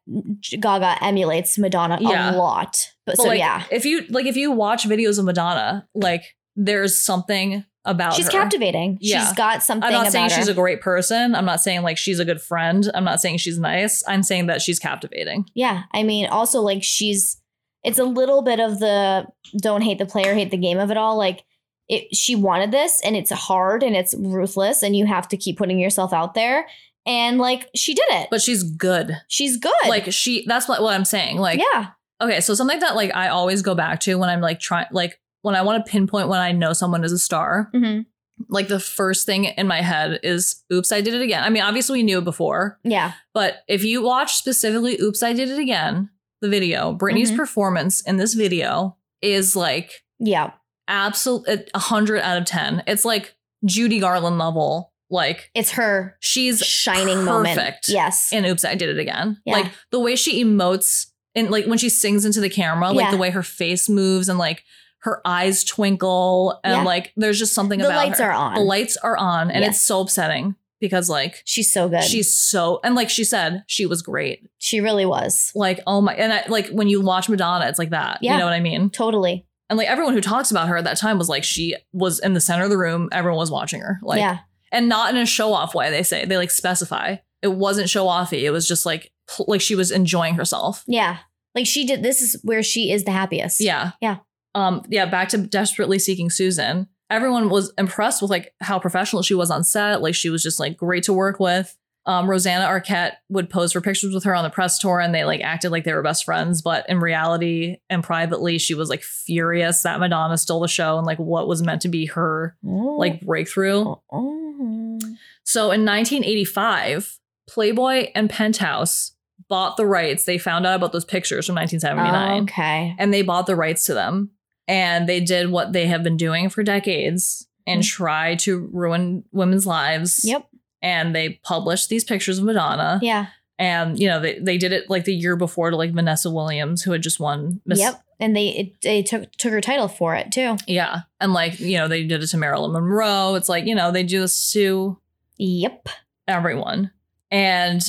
Gaga emulates Madonna Yeah. a lot. But, but, so like, yeah, If you like, if you watch videos of Madonna, like there's something about she's her. captivating. Yeah. She's got something. I'm not about saying her. she's a great person. I'm not saying like she's a good friend. I'm not saying she's nice. I'm saying that she's captivating. Yeah. I mean, also, like, she's, it's a little bit of the don't hate the player, hate the game of it all. Like, it, she wanted this and it's hard and it's ruthless and you have to keep putting yourself out there. And, like, she did it. But she's good. she's good. Like she. That's what what I'm saying. Like yeah. okay, so something that like I always go back to when I'm like trying like when I want to pinpoint when I know someone is a star. hmm like the first thing in my head is oops i did it again i mean obviously we knew it before Yeah. but if you watch specifically oops i did it again the video britney's Mhm. performance in this video is like Yeah. absolute 100 out of 10 it's like judy garland level like It's her she's shining moment. perfect. Yes. in oops i did it again Yeah. like the way she emotes and like when she sings into the camera like Yeah. the way her face moves and like her eyes twinkle and Yeah. like there's just something The about lights her are on. the lights are on and Yeah. it's so upsetting because like she's so good. she's so and like she said she was great she really was. like oh my and I, like when you watch madonna it's like that Yeah. you know what i mean Totally. and like everyone who talks about her at that time was like she was in the center of the room everyone was watching her like yeah. and not in a show off way they say they like specify it wasn't show offy it was just like pl- like she was enjoying herself Yeah. Like she did this is where she is the happiest. yeah Yeah. um yeah back to desperately seeking susan everyone was impressed with like how professional she was on set like she was just like great to work with um, Rosanna Arquette would pose for pictures with her on the press tour, and they like acted like they were best friends. But in reality and privately, she was like furious that Madonna stole the show and like what was meant to be her like breakthrough. Oh, Mhm. So in 1985, Playboy and Penthouse bought the rights. They found out about those pictures from 1979 Oh, Okay. and they bought the rights to them. And they did what they have been doing for decades and Mhm. try to ruin women's lives. Yep. And they published these pictures of Madonna. Yeah. And, you know, they, they did it like the year before to like Vanessa Williams, who had just won Miss. Yep. And they it, they took took her title for it too. Yeah. And like, you know, they did it to Marilyn Monroe. It's like, you know, they do this to Yep. everyone. And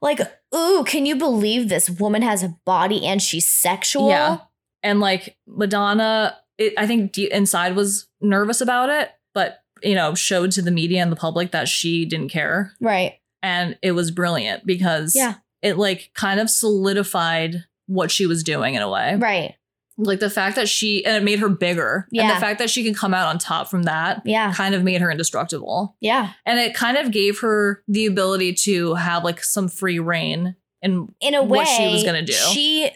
Like, ooh, can you believe this woman has a body and she's sexual? Yeah. and like Madonna, it, I think deep inside was nervous about it, but you know, showed to the media and the public that she didn't care, Right. and it was brilliant because Yeah. it like kind of solidified what she was doing in a way, Right. like the fact that she and it made her bigger, and Yeah. the fact that she can come out on top from that Yeah. kind of made her indestructible, Yeah. and it kind of gave her the ability to have like some free reign and In a way What she was gonna do. She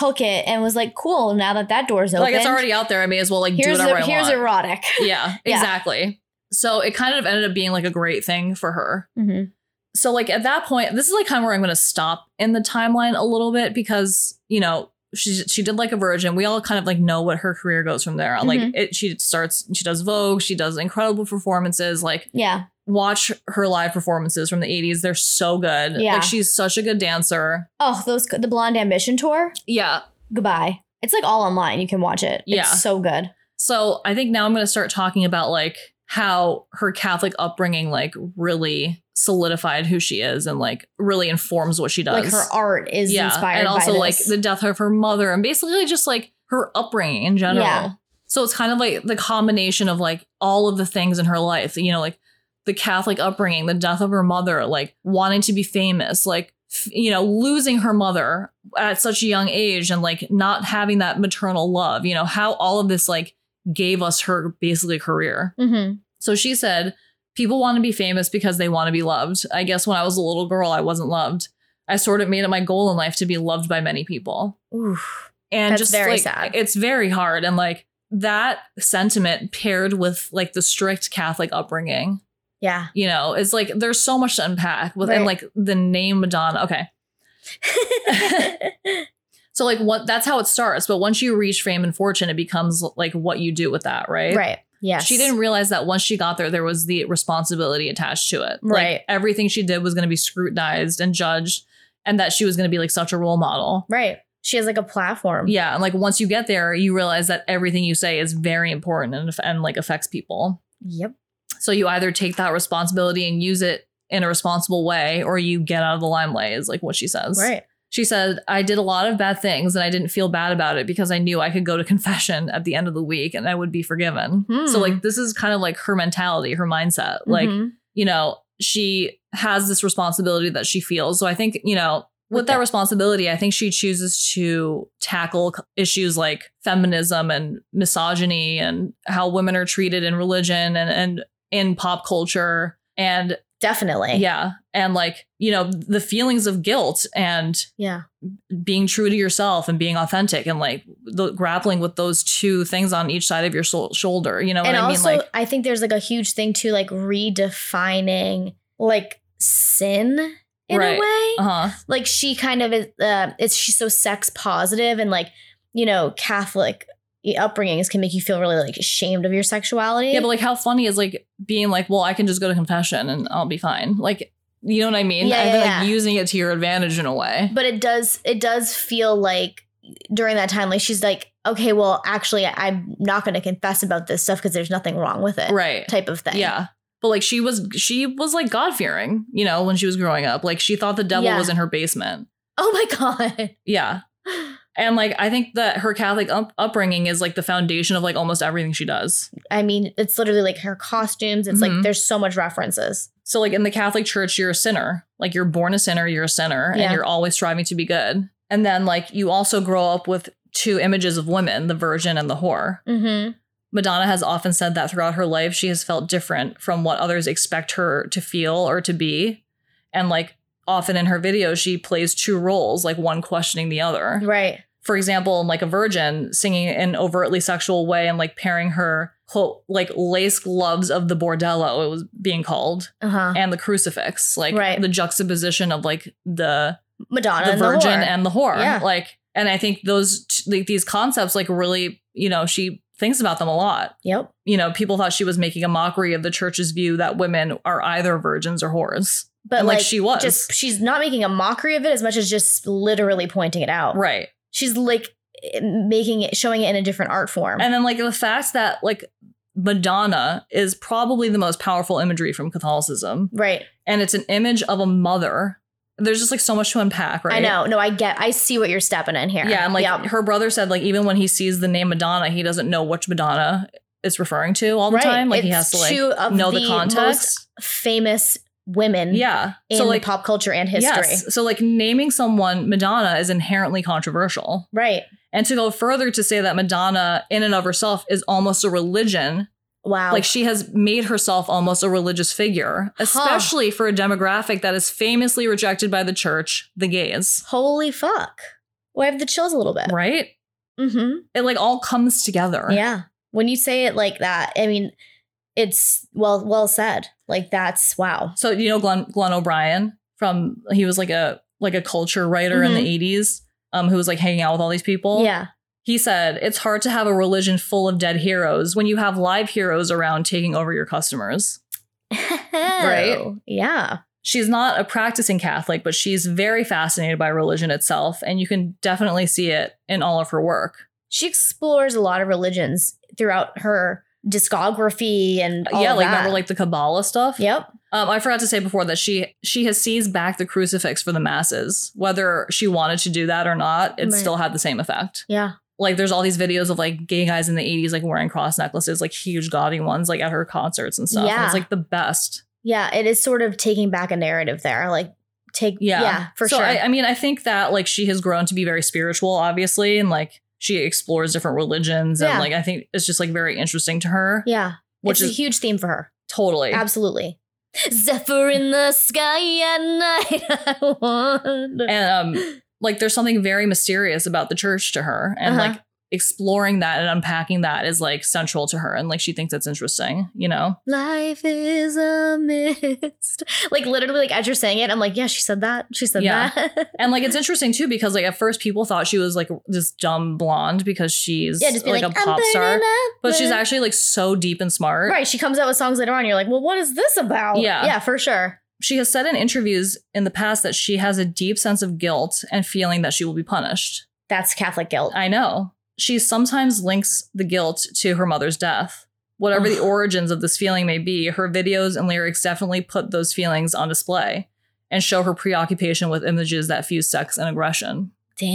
took it and was like, cool, now that that door's open. like it's already out there. I may as well like do here's whatever I a, here's want. erotic. yeah, Yeah. exactly. So it kind of ended up being like a great thing for her. Mhm. So like at that point, this is like kind of where I'm going to stop in the timeline a little bit because you know she she did like a virgin. We all kind of like know what her career goes from there. on. Like Mhm. it, she starts, she does Vogue, she does incredible performances. Like Yeah. watch her live performances from the 80s; they're so good. Yeah. like she's such a good dancer. Oh, those the Blonde Ambition tour. Yeah. Goodbye. It's like all online. You can watch it. Yeah. It's so good. So I think now I'm going to start talking about like how her Catholic upbringing like really solidified who she is and like really informs what she Like does. her art is inspired and also by like this. the death of her mother and basically just like her upbringing in general. Yeah. So it's kind of like the combination of like all of the things in her life, you know, like the Catholic upbringing, the death of her mother, like wanting to be famous, like f- you know, losing her mother at such a young age and like not having that maternal love, you know, how all of this like gave us her basically career. Mhm. So she said, People want to be famous because they want to be loved. I guess when I was a little girl, I wasn't loved. I sort of made it my goal in life to be loved by many people. Oof. And That's just very like, sad. it's very hard. And like, that sentiment paired with like the strict Catholic upbringing, Yeah. you know, it's like there's so much to unpack within Right. like the name Madonna. Okay. So like what that's how it starts, but once you reach fame and fortune, it becomes like what you do with that, right? right. Yes. She didn't realize that once she got there, there was the responsibility attached to it. Right. Like everything she did was going to be scrutinized and judged, and that she was going to be like such a role model. Right. She has like a platform. Yeah. And like once you get there, you realize that everything you say is very important and, and like affects people. Yep. So you either take that responsibility and use it in a responsible way, or you get out of the limelight, is like what she says. Right. She said, I did a lot of bad things and I didn't feel bad about it because I knew I could go to confession at the end of the week and I would be forgiven. Hmm. So, like, this is kind of like her mentality, her mindset. Like, Mhm. you know, she has this responsibility that she feels. So, I think, you know, with With that that- responsibility, I think she chooses to tackle c- issues like feminism and misogyny and how women are treated in religion and, and in pop culture. And definitely. yeah, and like, you know, the feelings of guilt and Yeah. being true to yourself and being authentic and like the grappling with those two things on each side of your sho- shoulder. You know what and I mean? also, Like, I think there's like a huge thing to like redefining like sin in Right. a way. uh huh. Like she kind of is. Uh, it's she's so sex positive and like you know Catholic uh, upbringings can make you feel really like ashamed of your sexuality. Yeah, but like, how funny is like being like, well, I can just go to confession and I'll be fine. Like, you know what I mean? Yeah, and yeah, then yeah. like using it to your advantage in a way. but it does it does feel like during that time like she's like okay well actually i'm not going to confess about this stuff because there's nothing wrong with it Right. type of thing Yeah. But like, she was she was like God fearing. You know, when she was growing up, like she thought the devil Yeah. was in her basement. oh my god Yeah. And like, I think that her Catholic up- upbringing is like the foundation of like almost everything she does. i mean it's literally like her costumes it's Mhm. like there's so much references So, like in the Catholic Church, you're a sinner. Like you're born a sinner, you're a sinner, and Yeah. you're always striving to be good. And then, like, you also grow up with two images of women the virgin and the whore. mm-hmm. Madonna has often said that throughout her life, she has felt different from what others expect her to feel or to be. And, like, often in her videos, she plays two roles, like one questioning the other right for example, in, like a virgin singing in an overtly sexual way and like pairing her quote like lace gloves of the bordello it was being called uh-huh and the crucifix like Right. the juxtaposition of like the madonna the and virgin the whore. and the whore Yeah. like and I think those t- like these concepts like really you know she thinks about them a lot yep you know people thought she was making a mockery of the church's view that women are either virgins or whores but And, like, like, she was. just she's not making a mockery of it as much as just literally pointing it out right she's like eh, making it showing it in a different art form And then like the fact that like Madonna is probably the most powerful imagery from Catholicism. right And it's an image of a mother. There's just like so much to unpack, right? i know no i get i see what you're stepping in here Yeah, and like Yep. her brother said, like even when he sees the name Madonna, he doesn't know which Madonna it's referring to all the time. Like he It's has to like two of know the, the context. most famous women yeah. in so like pop culture and history. Yes. So like naming someone Madonna is inherently controversial. Right. And to go further to say that Madonna in and of herself is almost a religion Wow. Like she has made herself almost a religious figure, especially for a demographic that is famously rejected by the church, the gays. Holy fuck. Well, I have the chills a little bit. Right? Mm-hmm. It like all comes together. Yeah. When you say it like that, I mean, it's well well said. Like that's wow. So you know Glenn Glenn O'Brien from he was like a like a culture writer in Mhm. the 80s um who was like hanging out with all these people. yeah. He said, "It's hard to have a religion full of dead heroes when you have live heroes around taking over your customers." Right. Yeah. She's not a practicing Catholic, but she's very fascinated by religion itself, and you can definitely see it in all of her work. She explores a lot of religions throughout her discography and all yeah, of like that. remember like the Kabbalah stuff. yep. Um, I forgot to say before that she she has seized back the crucifix for the masses, whether she wanted to do that or not. It Right. still had the same effect. Yeah. Like there's all these videos of like gay guys in the 80s like wearing cross necklaces, like huge gaudy ones, like at her concerts and stuff. And Yeah. it's like the best. Yeah. It is sort of taking back a narrative there. Like take Yeah, yeah, for so sure. I, I mean, I think that like she has grown to be very spiritual, obviously, and like she explores different religions, and Yeah. like I think it's just like very interesting to her, yeah. which it's is a huge theme for her. totally Absolutely. Zephyr in the sky at night. I wonder. and um like there's something very mysterious about the church to her and Uh-huh. like exploring that and unpacking that is like central to her and like she thinks it's interesting, you know? Life is a mist. Like literally, like as you're saying it, I'm like, yeah, she said that. She said Yeah. that. And like it's interesting too because like at first people thought she was like this dumb blonde because she's yeah, just be like, like, a "I'm pop star. burning up, But she's burning-" actually like so deep and smart. right. She comes out with songs later on. You're like, well, what is this about? Yeah. yeah, for sure. She has said in interviews in the past that she has a deep sense of guilt and feeling that she will be punished. That's Catholic guilt. I know. She sometimes links the guilt to her mother's death. Whatever the Ugh. origins of this feeling may be, her videos and lyrics definitely put those feelings on display and show her preoccupation with images that fuse sex and aggression.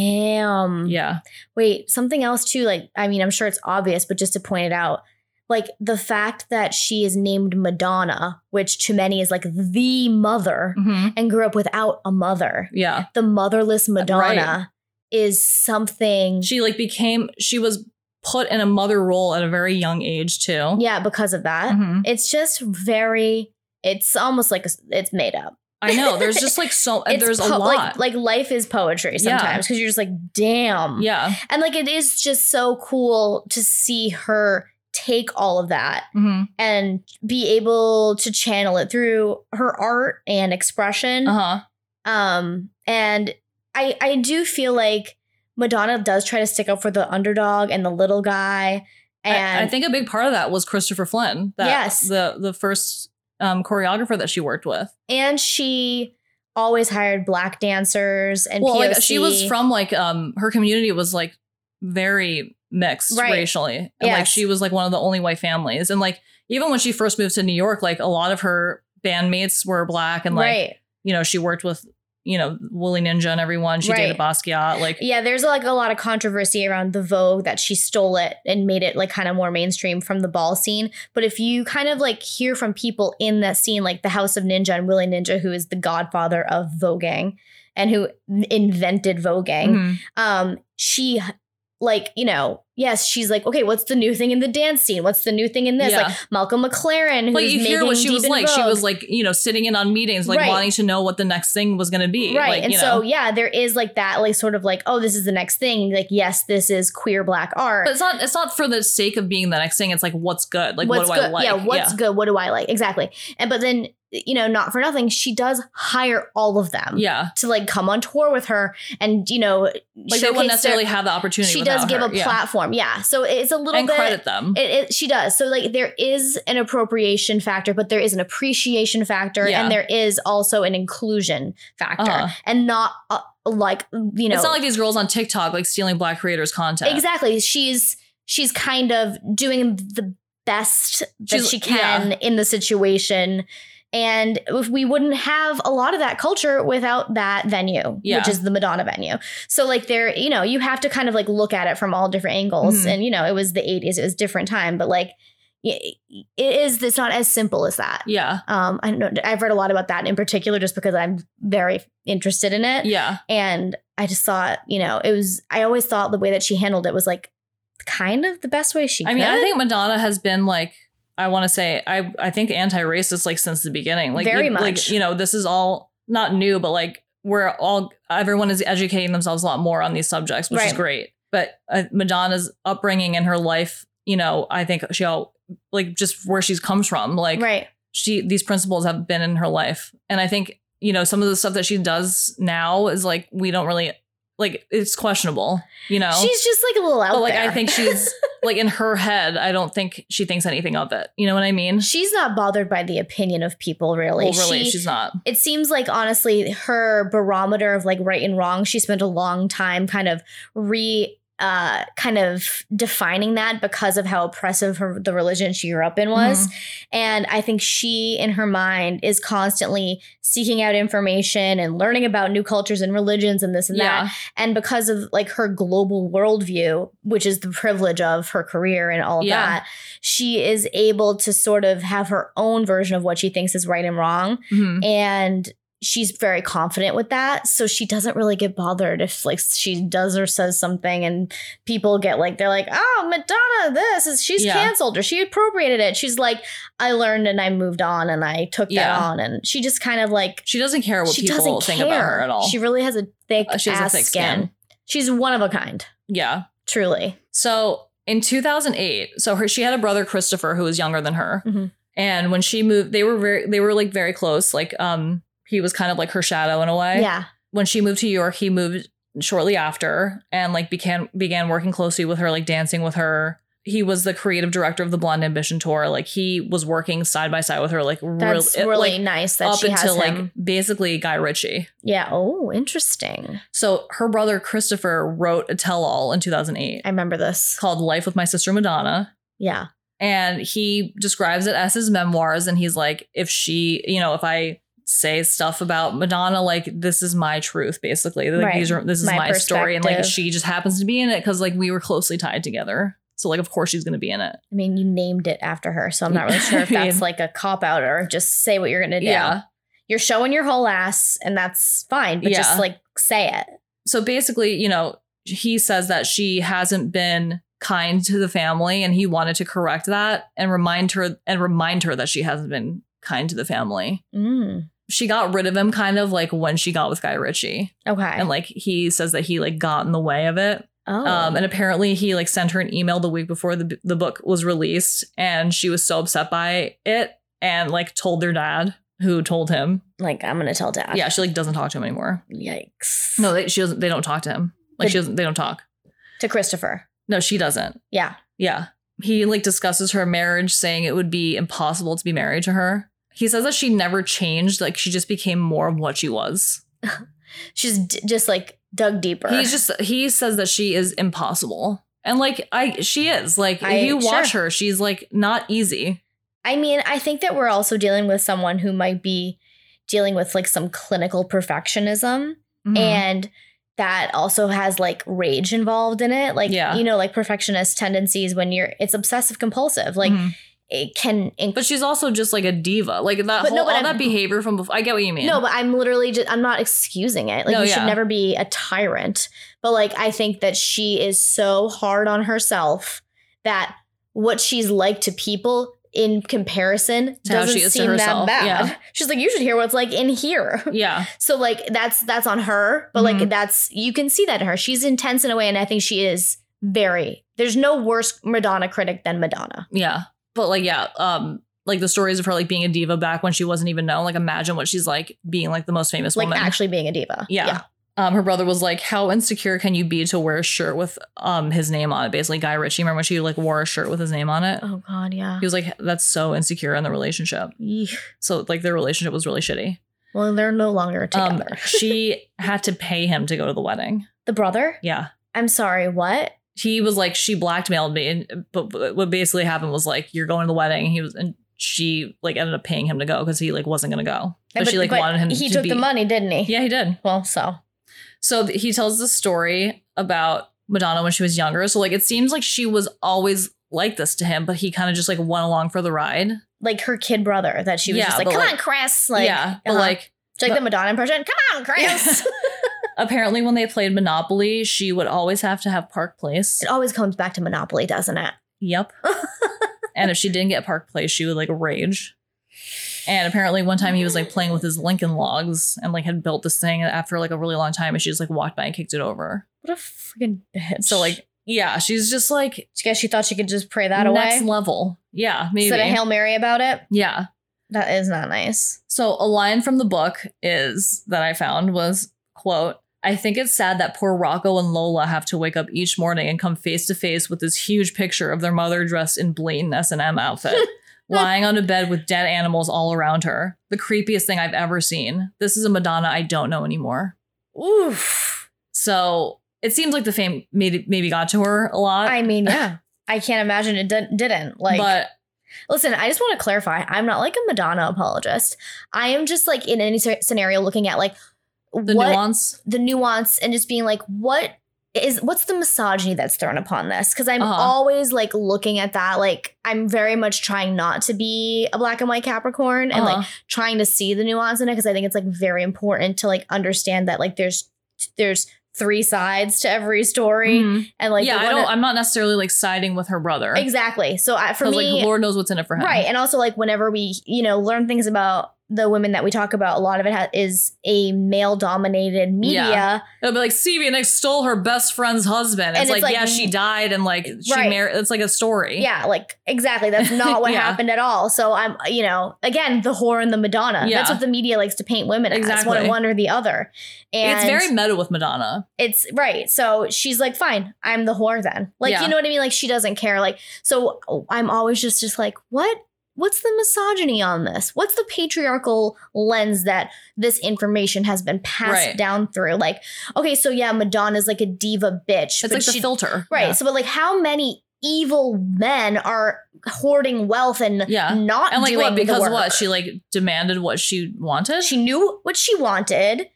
Damn. Yeah. Wait, something else too. Like, I mean, I'm sure it's obvious, but just to point it out, like the fact that she is named Madonna, which to many is like the mother, Mhm. and grew up without a mother. Yeah. The motherless Madonna is something. She like became she was put in a mother role at a very young age too. yeah, because of that. Mhm. It's just very. It's almost like it's made up. I know. There's just like so and It's Uh, there's a po- lot. Like, like life is poetry Yeah. sometimes because you're just like, damn. yeah. And like it is just so cool to see her take all of that hmm and be able to channel it through her art and expression. Uh-huh. Um, and I I do feel like Madonna does try to stick up for the underdog and the little guy. And I, I think a big part of that was Christopher Flynn. That Yes. The the first um, choreographer that she worked with. and she always hired black dancers and well, like POC. she was from like um her community was like very mixed Right. racially. And like Yes. she was like one of the only white families. And like even when she first moved to New York, like a lot of her bandmates were black and like right. you know, she worked with, you know, Willie Ninja and everyone. She dated Right. Basquiat. Like Yeah, there's like a lot of controversy around the Vogue that she stole it and made it like kind of more mainstream from the ball scene. But if you kind of like hear from people in that scene, like the House of Ninja and Willie Ninja, who is the godfather of voguing and who invented voguing, mhm. um, she like you know yes she's like okay what's the new thing in the dance scene what's the new thing in this Yeah. like malcolm mclaren who's But you hear making what she Deep was in like. She Vogue. was like, you know, sitting in on meetings, like Right. wanting to know what the next thing was gonna be. Right. Like, and you so, know. yeah, there is like that, like, sort of like, oh, this is the next thing. Like, yes, this is queer black art. But it's not it's not for the sake of being the next thing. It's like what's good. Like what's what do good? I like? Yeah, what's good? What do I like? Exactly. And, but then, you know, not for nothing, she does hire all of them yeah. to like come on tour with her and, you know, Like they wouldn't showcase their- necessarily have the opportunity. she without does give her. a Yeah. platform. Yeah. So it's a little and bit. credit them. It, it, she does. So, like, there is an appropriation factor, but there is an appreciation factor, Yeah. and there is also an inclusion factor, Uh-huh. and not uh, like you know, it's not like these girls on TikTok like stealing black creators' content. Exactly. She's she's kind of doing the best that She's- she can in the situation. And if we wouldn't have a lot of that culture without that venue, Yeah. which is the Madonna venue. So like there, you know, you have to kind of like look at it from all different angles. Mhm. And you know, it was the 80s, it was a different time, but like y- it is it's not as simple as that. Yeah. Um, I don't know. I've read a lot about that in particular just because I'm very interested in it Yeah. and I just thought, you know, it was. I always thought the way that she handled it was like kind of the best way she. I mean, could. I think Madonna has been like, I want to say, I I think anti-racist like since the beginning. Like Very you, Like much. you know, this is all not new, but like we're all everyone is educating themselves a lot more on these subjects, which is Right. great. But uh, Madonna's upbringing and her life, you know, I think she all like just where she's comes from, like right. she these principles have been in her life, and I think you know some of the stuff that she does now is like we don't really like it's questionable, you know. She's just like a little out But like there. I think she's like in her head, I don't think she thinks anything of it. You know what I mean? she's not bothered by the opinion of people. Really, well, really, She- she's not. it seems like honestly her barometer of like right and wrong. She spent a long time kind of re. Uh, kind of defining that because of how oppressive her, the religion she grew up in was. And I think she, in her mind, is constantly seeking out information and learning about new cultures and religions and this and that. Mm-hmm. Yeah, and because of like her global worldview which is the privilege of her career and all of Yeah. that she is able to sort of have her own version of what she thinks is right and wrong Mhm. and she's very confident with that so she doesn't really get bothered if like she does or says something and people get like they're like oh madonna this is she's Yeah. canceled or she appropriated it she's like i learned and i moved on and i took that Yeah. on and she just kind of like she doesn't care what she people doesn't think care. about her at all. She really has a thick Uh, she has a ass thick skin. skin. She's one of a kind. yeah, Truly. So in 2008, so her she had a brother Christopher who was younger than her, Mhm. and when she moved, they were very they were like very close. Like um, he was kind of like her shadow in a way. yeah. When she moved to York, he moved shortly after and like began began working closely with her, like dancing with her. He was the creative director of the Blonde Ambition tour. Like he was working side by side with her, like That's it- really, like, nice that up she has until him. like basically Guy Ritchie. yeah. Oh, interesting. So her brother Christopher wrote a tell-all in 2008 I remember this. called "Life with My Sister Madonna." Yeah. and he describes it as his memoirs and he's like if she you know if i say stuff about madonna like this is my truth basically like Right. these are this is My my, story and like perspective. she just happens to be in it because like we were closely tied together so like of course she's gonna be in it I mean, you named it after her, so I'm not really sure if I mean- that's like a cop out or just say what you're gonna do. You're showing your whole ass, and that's fine, but Yeah. just like say it. so basically you know he says that she hasn't been kind to the family and he wanted to correct that and remind her and remind her that she hasn't been kind to the family Mm. she got rid of him kind of like when she got with guy ritchie Okay. and like he says that he like got in the way of it oh. um and apparently he like sent her an email the week before the, the book was released and she was so upset by it and like told their dad who told him like I'm gonna tell dad. yeah she like doesn't talk to him anymore Yikes. no they, she doesn't they don't talk to him like she The- doesn't they don't talk to Christopher. no she doesn't Yeah. yeah he like discusses her marriage saying it would be impossible to be married to her he says that she never changed like she just became more of what she was She's d- just like dug deeper. He's just he says that she is impossible. And like I she is. Like I- if you watch sure. her, she's like not easy. I mean, I think that we're also dealing with someone who might be dealing with like some clinical perfectionism. Mm. Mm-hmm. and that also has like rage involved in it like Yeah. you know like perfectionist tendencies when you're it's obsessive compulsive like Mhm. it can inc- But she's also just like a diva. Like that But whole no, but all I'm- that behavior from before I get what you mean. no but i'm literally just i'm not excusing it like No, you yeah. should never be a tyrant but like i think that she is so hard on herself that what she's like to people in comparison To how doesn't she is to seem that herself, bad yeah. she's like you should hear what's like in here yeah. So like that's that's on her, but Mhm. like that's you can see that in her. She's intense in a way, and I think she is very. There's no worse Madonna critic than Madonna. Yeah. But like yeah, um like the stories of her like being a diva back when she wasn't even known. Like imagine what she's like being like the most famous Like woman. actually being a diva. yeah. Um, her brother was like, "How insecure can you be to wear a shirt with um his name on it?" Basically, Guy Ritchie. Remember when she like wore a shirt with his name on it? Oh God. Yeah. He was like, "That's so insecure in the relationship." Eek. So like their relationship was really shitty. Well, they're no longer Um, together. she had to pay him to go to the wedding. the brother. Yeah. I'm sorry. What? He was like, she blackmailed me. And, but, but what basically happened was like, you're going to the wedding. And he was, and she like ended up paying him to go because he like wasn't going to go. But, she like wanted him He to took be. the money, didn't he? Yeah, he did. Well, so So th- he tells the story about Madonna when she was younger. So like, it seems like she was always like this to him, but he kind of just like went along for the ride. like her kid brother that she was Yeah, just like, but, come like- on, Chris. Like yeah. But uh-huh. like, It's like the Madonna impression. Come on, Chris. apparently when they played Monopoly, she would always have to have Park Place. it always comes back to Monopoly, doesn't it? Yep. and if she didn't get Park Place, she would like rage. And apparently, one time he was like playing with his Lincoln logs and like had built this thing after like a really long time, and she just like walked by and kicked it over. What a freaking bitch. So like, yeah, she's just like I guess she thought she could just pray that away. next level. Yeah, maybe. Said a Hail Mary about it. yeah. That is not nice. So a line from the book is that I found was quote. I think it's sad that poor Rocco and Lola have to wake up each morning and come face to face with this huge picture of their mother dressed in blatant S&M outfit, lying on a bed with dead animals all around her. The creepiest thing I've ever seen. This is a Madonna I don't know anymore. Oof. So it seems like the fame maybe, maybe got to her a lot. I mean, yeah. I can't imagine it didn't- didn't. Like, Uh, but listen, I just want to clarify. I'm not like a Madonna apologist. I am just like in any sce- scenario looking at like the what nuance, the nuance and just being like, what is what's the misogyny that's thrown upon this? Because I'm Uh-huh. always like looking at that. Like, I'm very much trying not to be a black and white Capricorn and like uh-huh. trying to see the nuance in it because I think it's like very important to like understand that like there's there's three sides to every story Mhm. and like yeah, the I one- don't, I'm not necessarily like siding with her brother. exactly. So I, for 'Cause, me, like Lord knows what's in it for him. right, and also like whenever we you know learn things about the women that we talk about, a lot of it ha- is a male dominated media. Yeah. It'll be like Stevie Nicks stole her best friend's And husband. It's, it's like, like- yeah, she died and like she Right. married. It's like a story. Yeah, like exactly. That's not what Yeah. happened at all. So I'm, you know, again, the whore and the Madonna. Yeah. That's what the media likes to paint women as one, Exactly. one or the other. And it's very meta with Madonna. it's right. So she's like, fine, I'm the whore then. Like, Yeah. you know what I mean? Like, she doesn't care. Like, so oh, I'm always just, just like, what? What's the misogyny on this? What's the patriarchal lens that this information has been passed Right. down through? Like, okay, so yeah, Madonna's like a diva bitch. It's but like the she- filter. Right. Yeah. So, but like, how many evil men are hoarding wealth and Yeah. not And like doing what? Because the work? what? She like demanded what she wanted. she knew what she wanted,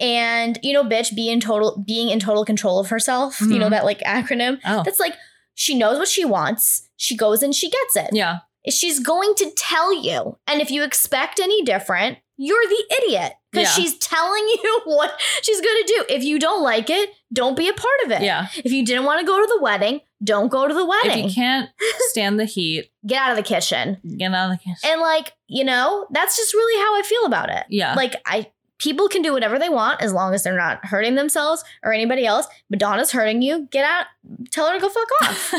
and you know, bitch, be in total being in total control of herself. You know Mhm. that like acronym. oh. That's like she knows what she wants. She goes and she gets it. Yeah. She's going to tell you, and if you expect any different, you're the idiot because Yeah. she's telling you what she's going to do. If you don't like it, don't be a part of it. Yeah. If you didn't want to go to the wedding, don't go to the If wedding. you can't stand the heat, get out of the kitchen. get out of the kitchen. And like, you know, that's just really how I feel about it. Yeah. Like I people can do whatever they want as long as they're not hurting themselves or anybody else. Madonna's hurting you. Get out, tell her to go fuck off.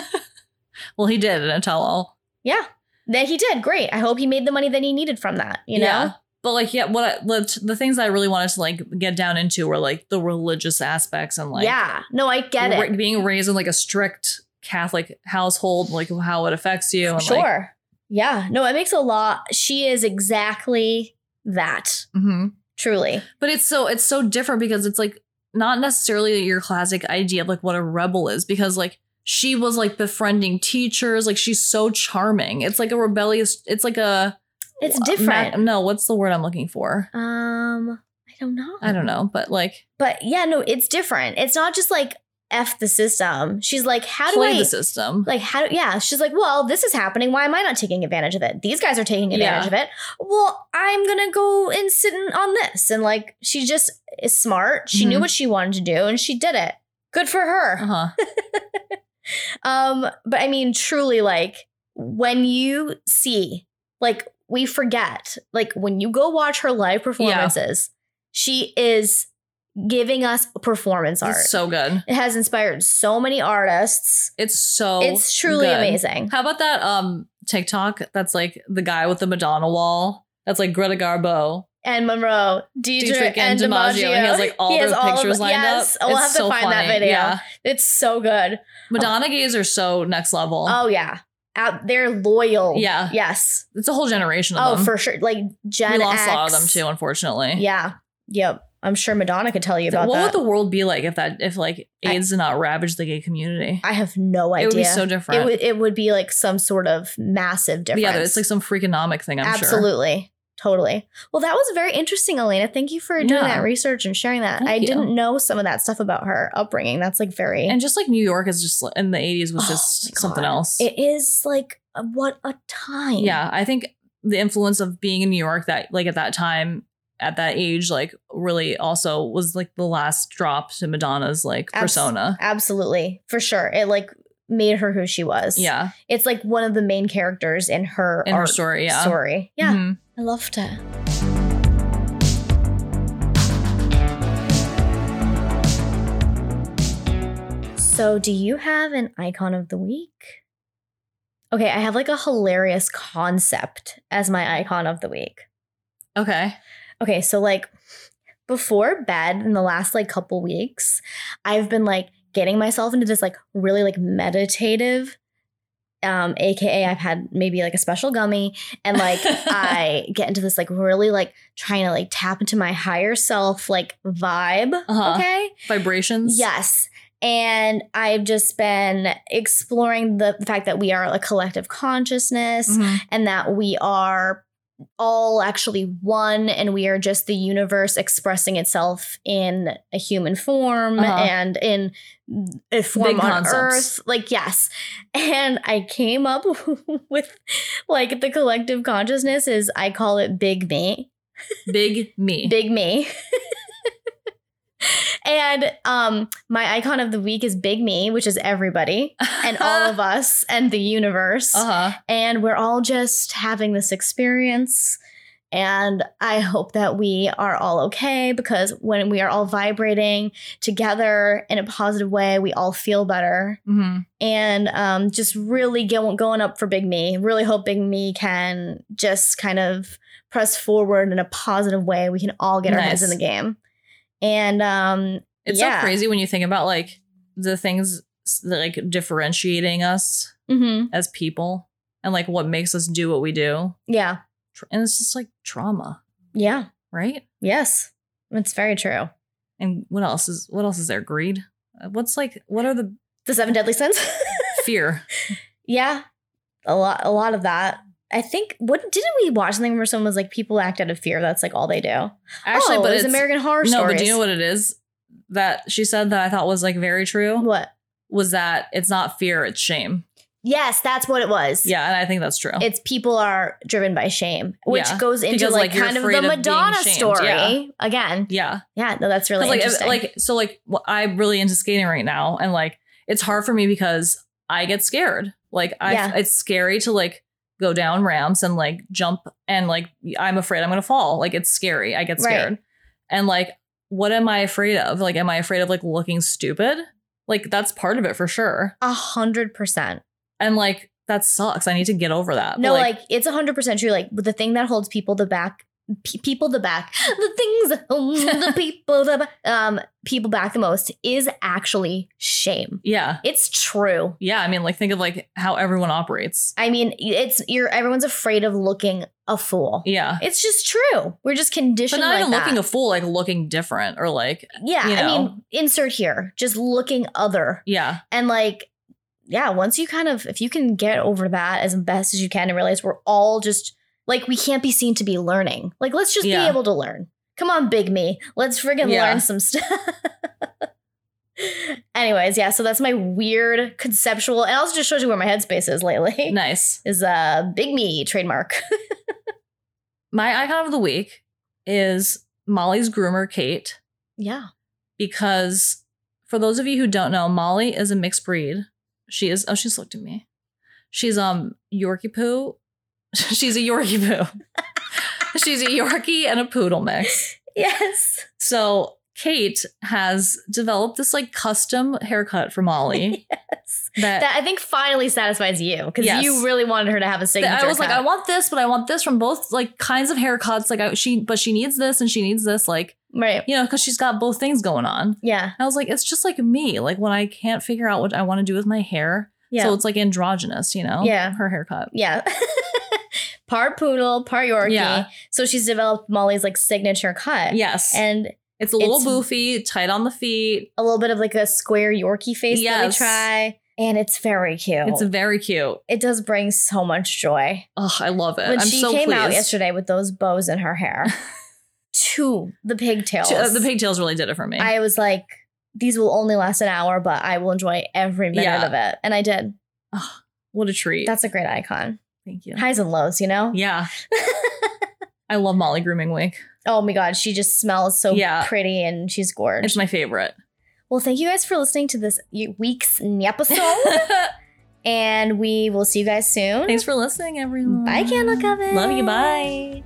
well, he did in a tell all. yeah. That he did. Great. I hope he made the money that he needed from that, you know? Yeah. But like, yeah, what I, the, the things I really wanted to like get down into were like the religious aspects and like yeah. No, I get it. ra- being raised in like a strict Catholic household, like how it affects you. And sure. Like, yeah. No, it makes a lot. She is exactly that. Mhm. Truly. But it's so it's so different because it's like not necessarily your classic idea of like what a rebel is because like she was like befriending teachers like she's so charming it's like a rebellious it's like a It's Ma- different. no what's the word i'm looking for Um, I don't know. i don't know but like But yeah, no, it's different. It's not just like f the system. She's like, how do play I the system like how? do- Yeah, she's like, well, this is happening. Why am I not taking advantage of it? These guys are taking advantage Yeah. of it. Well, I'm gonna go and sit in, on this. And like, she just is smart. She knew Mhm. what she wanted to do, and she did it. Good for her. uh-huh Um, but I mean, truly, like when you see, like we forget, like when you go watch her live performances, she is giving us performance art. it's so good it has inspired so many artists. it's so it's truly Oh, good. amazing. how about that um tiktok that's like the guy with the madonna wall that's like greta garbo And Monroe, Dietrich, Dietrich and DiMaggio. and he has like all He has their all of- pictures lined yes, up we'll It's have to so find that funny. video. Oh. yeah it's so good. Madonna gays are so next level. Oh yeah, out they're loyal. Yeah. Yes. It's a whole generation of Oh, them. for sure. Like Gen we lost X. a lot of them too, unfortunately. Yeah. Yep. I'm sure Madonna could tell you about What that. would the world be like if that if like I- AIDS did not ravage the gay community? I have no idea. it would be so different. It would it would be like some sort of massive But difference. yeah, it's like some freakonomic thing, I'm sure. absolutely. Totally. Well, that was very interesting, Elena. Thank you for doing Yeah. that research and sharing that. Thank I you. didn't know some of that stuff about her upbringing. That's like very And just like New York is just in the 80s was Oh, my just God. something else. It is like uh, what a time. yeah, I think the influence of being in New York that like at that time at that age like really also was like the last drop to Madonna's like Abs- persona. Absolutely. For sure. It like made her who she was. Yeah, It's like one of the main characters in her in her art story, yeah. story. Yeah. Mhm. I loved it. So, do you have an icon of the week? Okay, I have like a hilarious concept as my icon of the week. Okay. Okay, so like before bed in the last like couple weeks, I've been like getting myself into this like really like meditative um aka I've had maybe like a special gummy and like I get into this like really like trying to like tap into my higher self like vibe, Uh-huh. okay? Vibrations. Yes. And I've just been exploring the fact that we are a collective consciousness Mhm. and that we are all actually one and we are just the universe expressing itself in a human form Uh-huh. and in a form Big on concepts. earth like yes and i came up with like the collective consciousness is i call it big me Big me. big me and um my icon of the week is big me which is everybody and all of us and the universe Uh huh. and we're all just having this experience And I hope that we are all okay because when we are all vibrating together in a positive way, we all feel better. Mm-hmm. And um, just really go- going up for Big Me. Really hope Big Me can just kind of press forward in a positive way. We can all get our heads in Nice. the game. And um, It's Yeah. so crazy when you think about like the things that, like differentiating us mhm, as people and like what makes us do what we do. yeah, Tr- And it's just like trauma, yeah, right? yes, it's very true. And what else is what else is there? Greed. Uh, What's like what are the The seven deadly sins. fear? yeah, a lot, a lot of that. I think what didn't we watch something where someone was like people act out of fear. That's like all they do. Actually, Oh, but it was it's American Horror no. Stories. But do you know what it is that she said that I thought was like very true What? was that it's not fear, it's shame. Yes, that's what it was. Yeah, and I think that's true. It's people are driven by shame, which Yeah. goes into Because, like, like, you're kind of afraid the of being Madonna shamed. story Yeah. again. yeah. Yeah, no, that's really Because like, if- interesting. like, so like, wh- I'm really into skating right now, and like, it's hard for me because I get scared. Like, I, Yeah. it's scary to like go down ramps and like jump, and like, I'm afraid I'm gonna fall. Like, it's scary. I get Right. scared, and like, what am I afraid of? Like, am I afraid of like looking stupid? Like, that's part of it for sure. a hundred percent. And like, that sucks. I need to get over that. But, No, like, it's a hundred percent true. Like the thing that holds people the back, pe- people the back, the things that hold the people the ba- um people back the most is actually shame. yeah, It's true. yeah. I mean, like, think of like how everyone operates. I mean, it's you're everyone's afraid of looking a fool. Yeah. It's just true. We're just But conditioned not like even that. looking a fool, like looking different or like, yeah, you I know. mean, insert here, just looking other. yeah, And like, yeah, once you kind of, if you can get over that as best as you can and realize we're all just like, we can't be seen to be learning. Like, let's just Yeah. be able to learn. Come on, big me. Let's friggin' Yeah. learn some stuff. Anyways, yeah, so that's my weird conceptual, and also just shows you where my headspace is lately. nice. Is uh, big me trademark. my icon of the week is Molly's groomer, Kate, yeah. because for those of you who don't know, Molly is a mixed breed. She is. Oh, she's looked at me. She's um Yorkie poo. she's a Yorkie poo. she's a Yorkie and a poodle mix. Yes. So Kate has developed this like custom haircut for Molly Yes. that. That I think finally satisfies you because Uh, Yes. you really wanted her to have a signature. that I was like, cut. I want this, but I want this from both like kinds of haircuts. Like, I, she, but she needs this and she needs this, like right. you know, because she's got both things going on. Yeah. I was like, it's just like me, like when I can't figure out what I want to do with my hair. Yeah. So it's like androgynous, you know? Yeah. Her haircut. Yeah. part poodle, part Yorkie. Yeah. So she's developed Molly's like signature cut. Yes. And it's a little it's- boofy, tight on the feet. a little bit of like a square Yorkie face Yes. that we try. And it's very cute. It's very cute. it does bring so much joy. Oh, I love it. When I'm she so came pleased. out yesterday with those bows in her hair to the pigtails, T- uh, the pigtails really did it for me. I was like, these will only last an hour, but I will enjoy every minute Yeah. of it. And I did. Oh, what a treat. That's a great icon. Thank you. Highs and lows, you know? Yeah. I love Molly Grooming Week. Oh my God. She just smells so Yeah. pretty and she's gorgeous. It's my favorite. Well, thank you guys for listening to this week's episode, and we will see you guys soon. Thanks for listening, everyone. Bye, candle coven. Love you. Bye.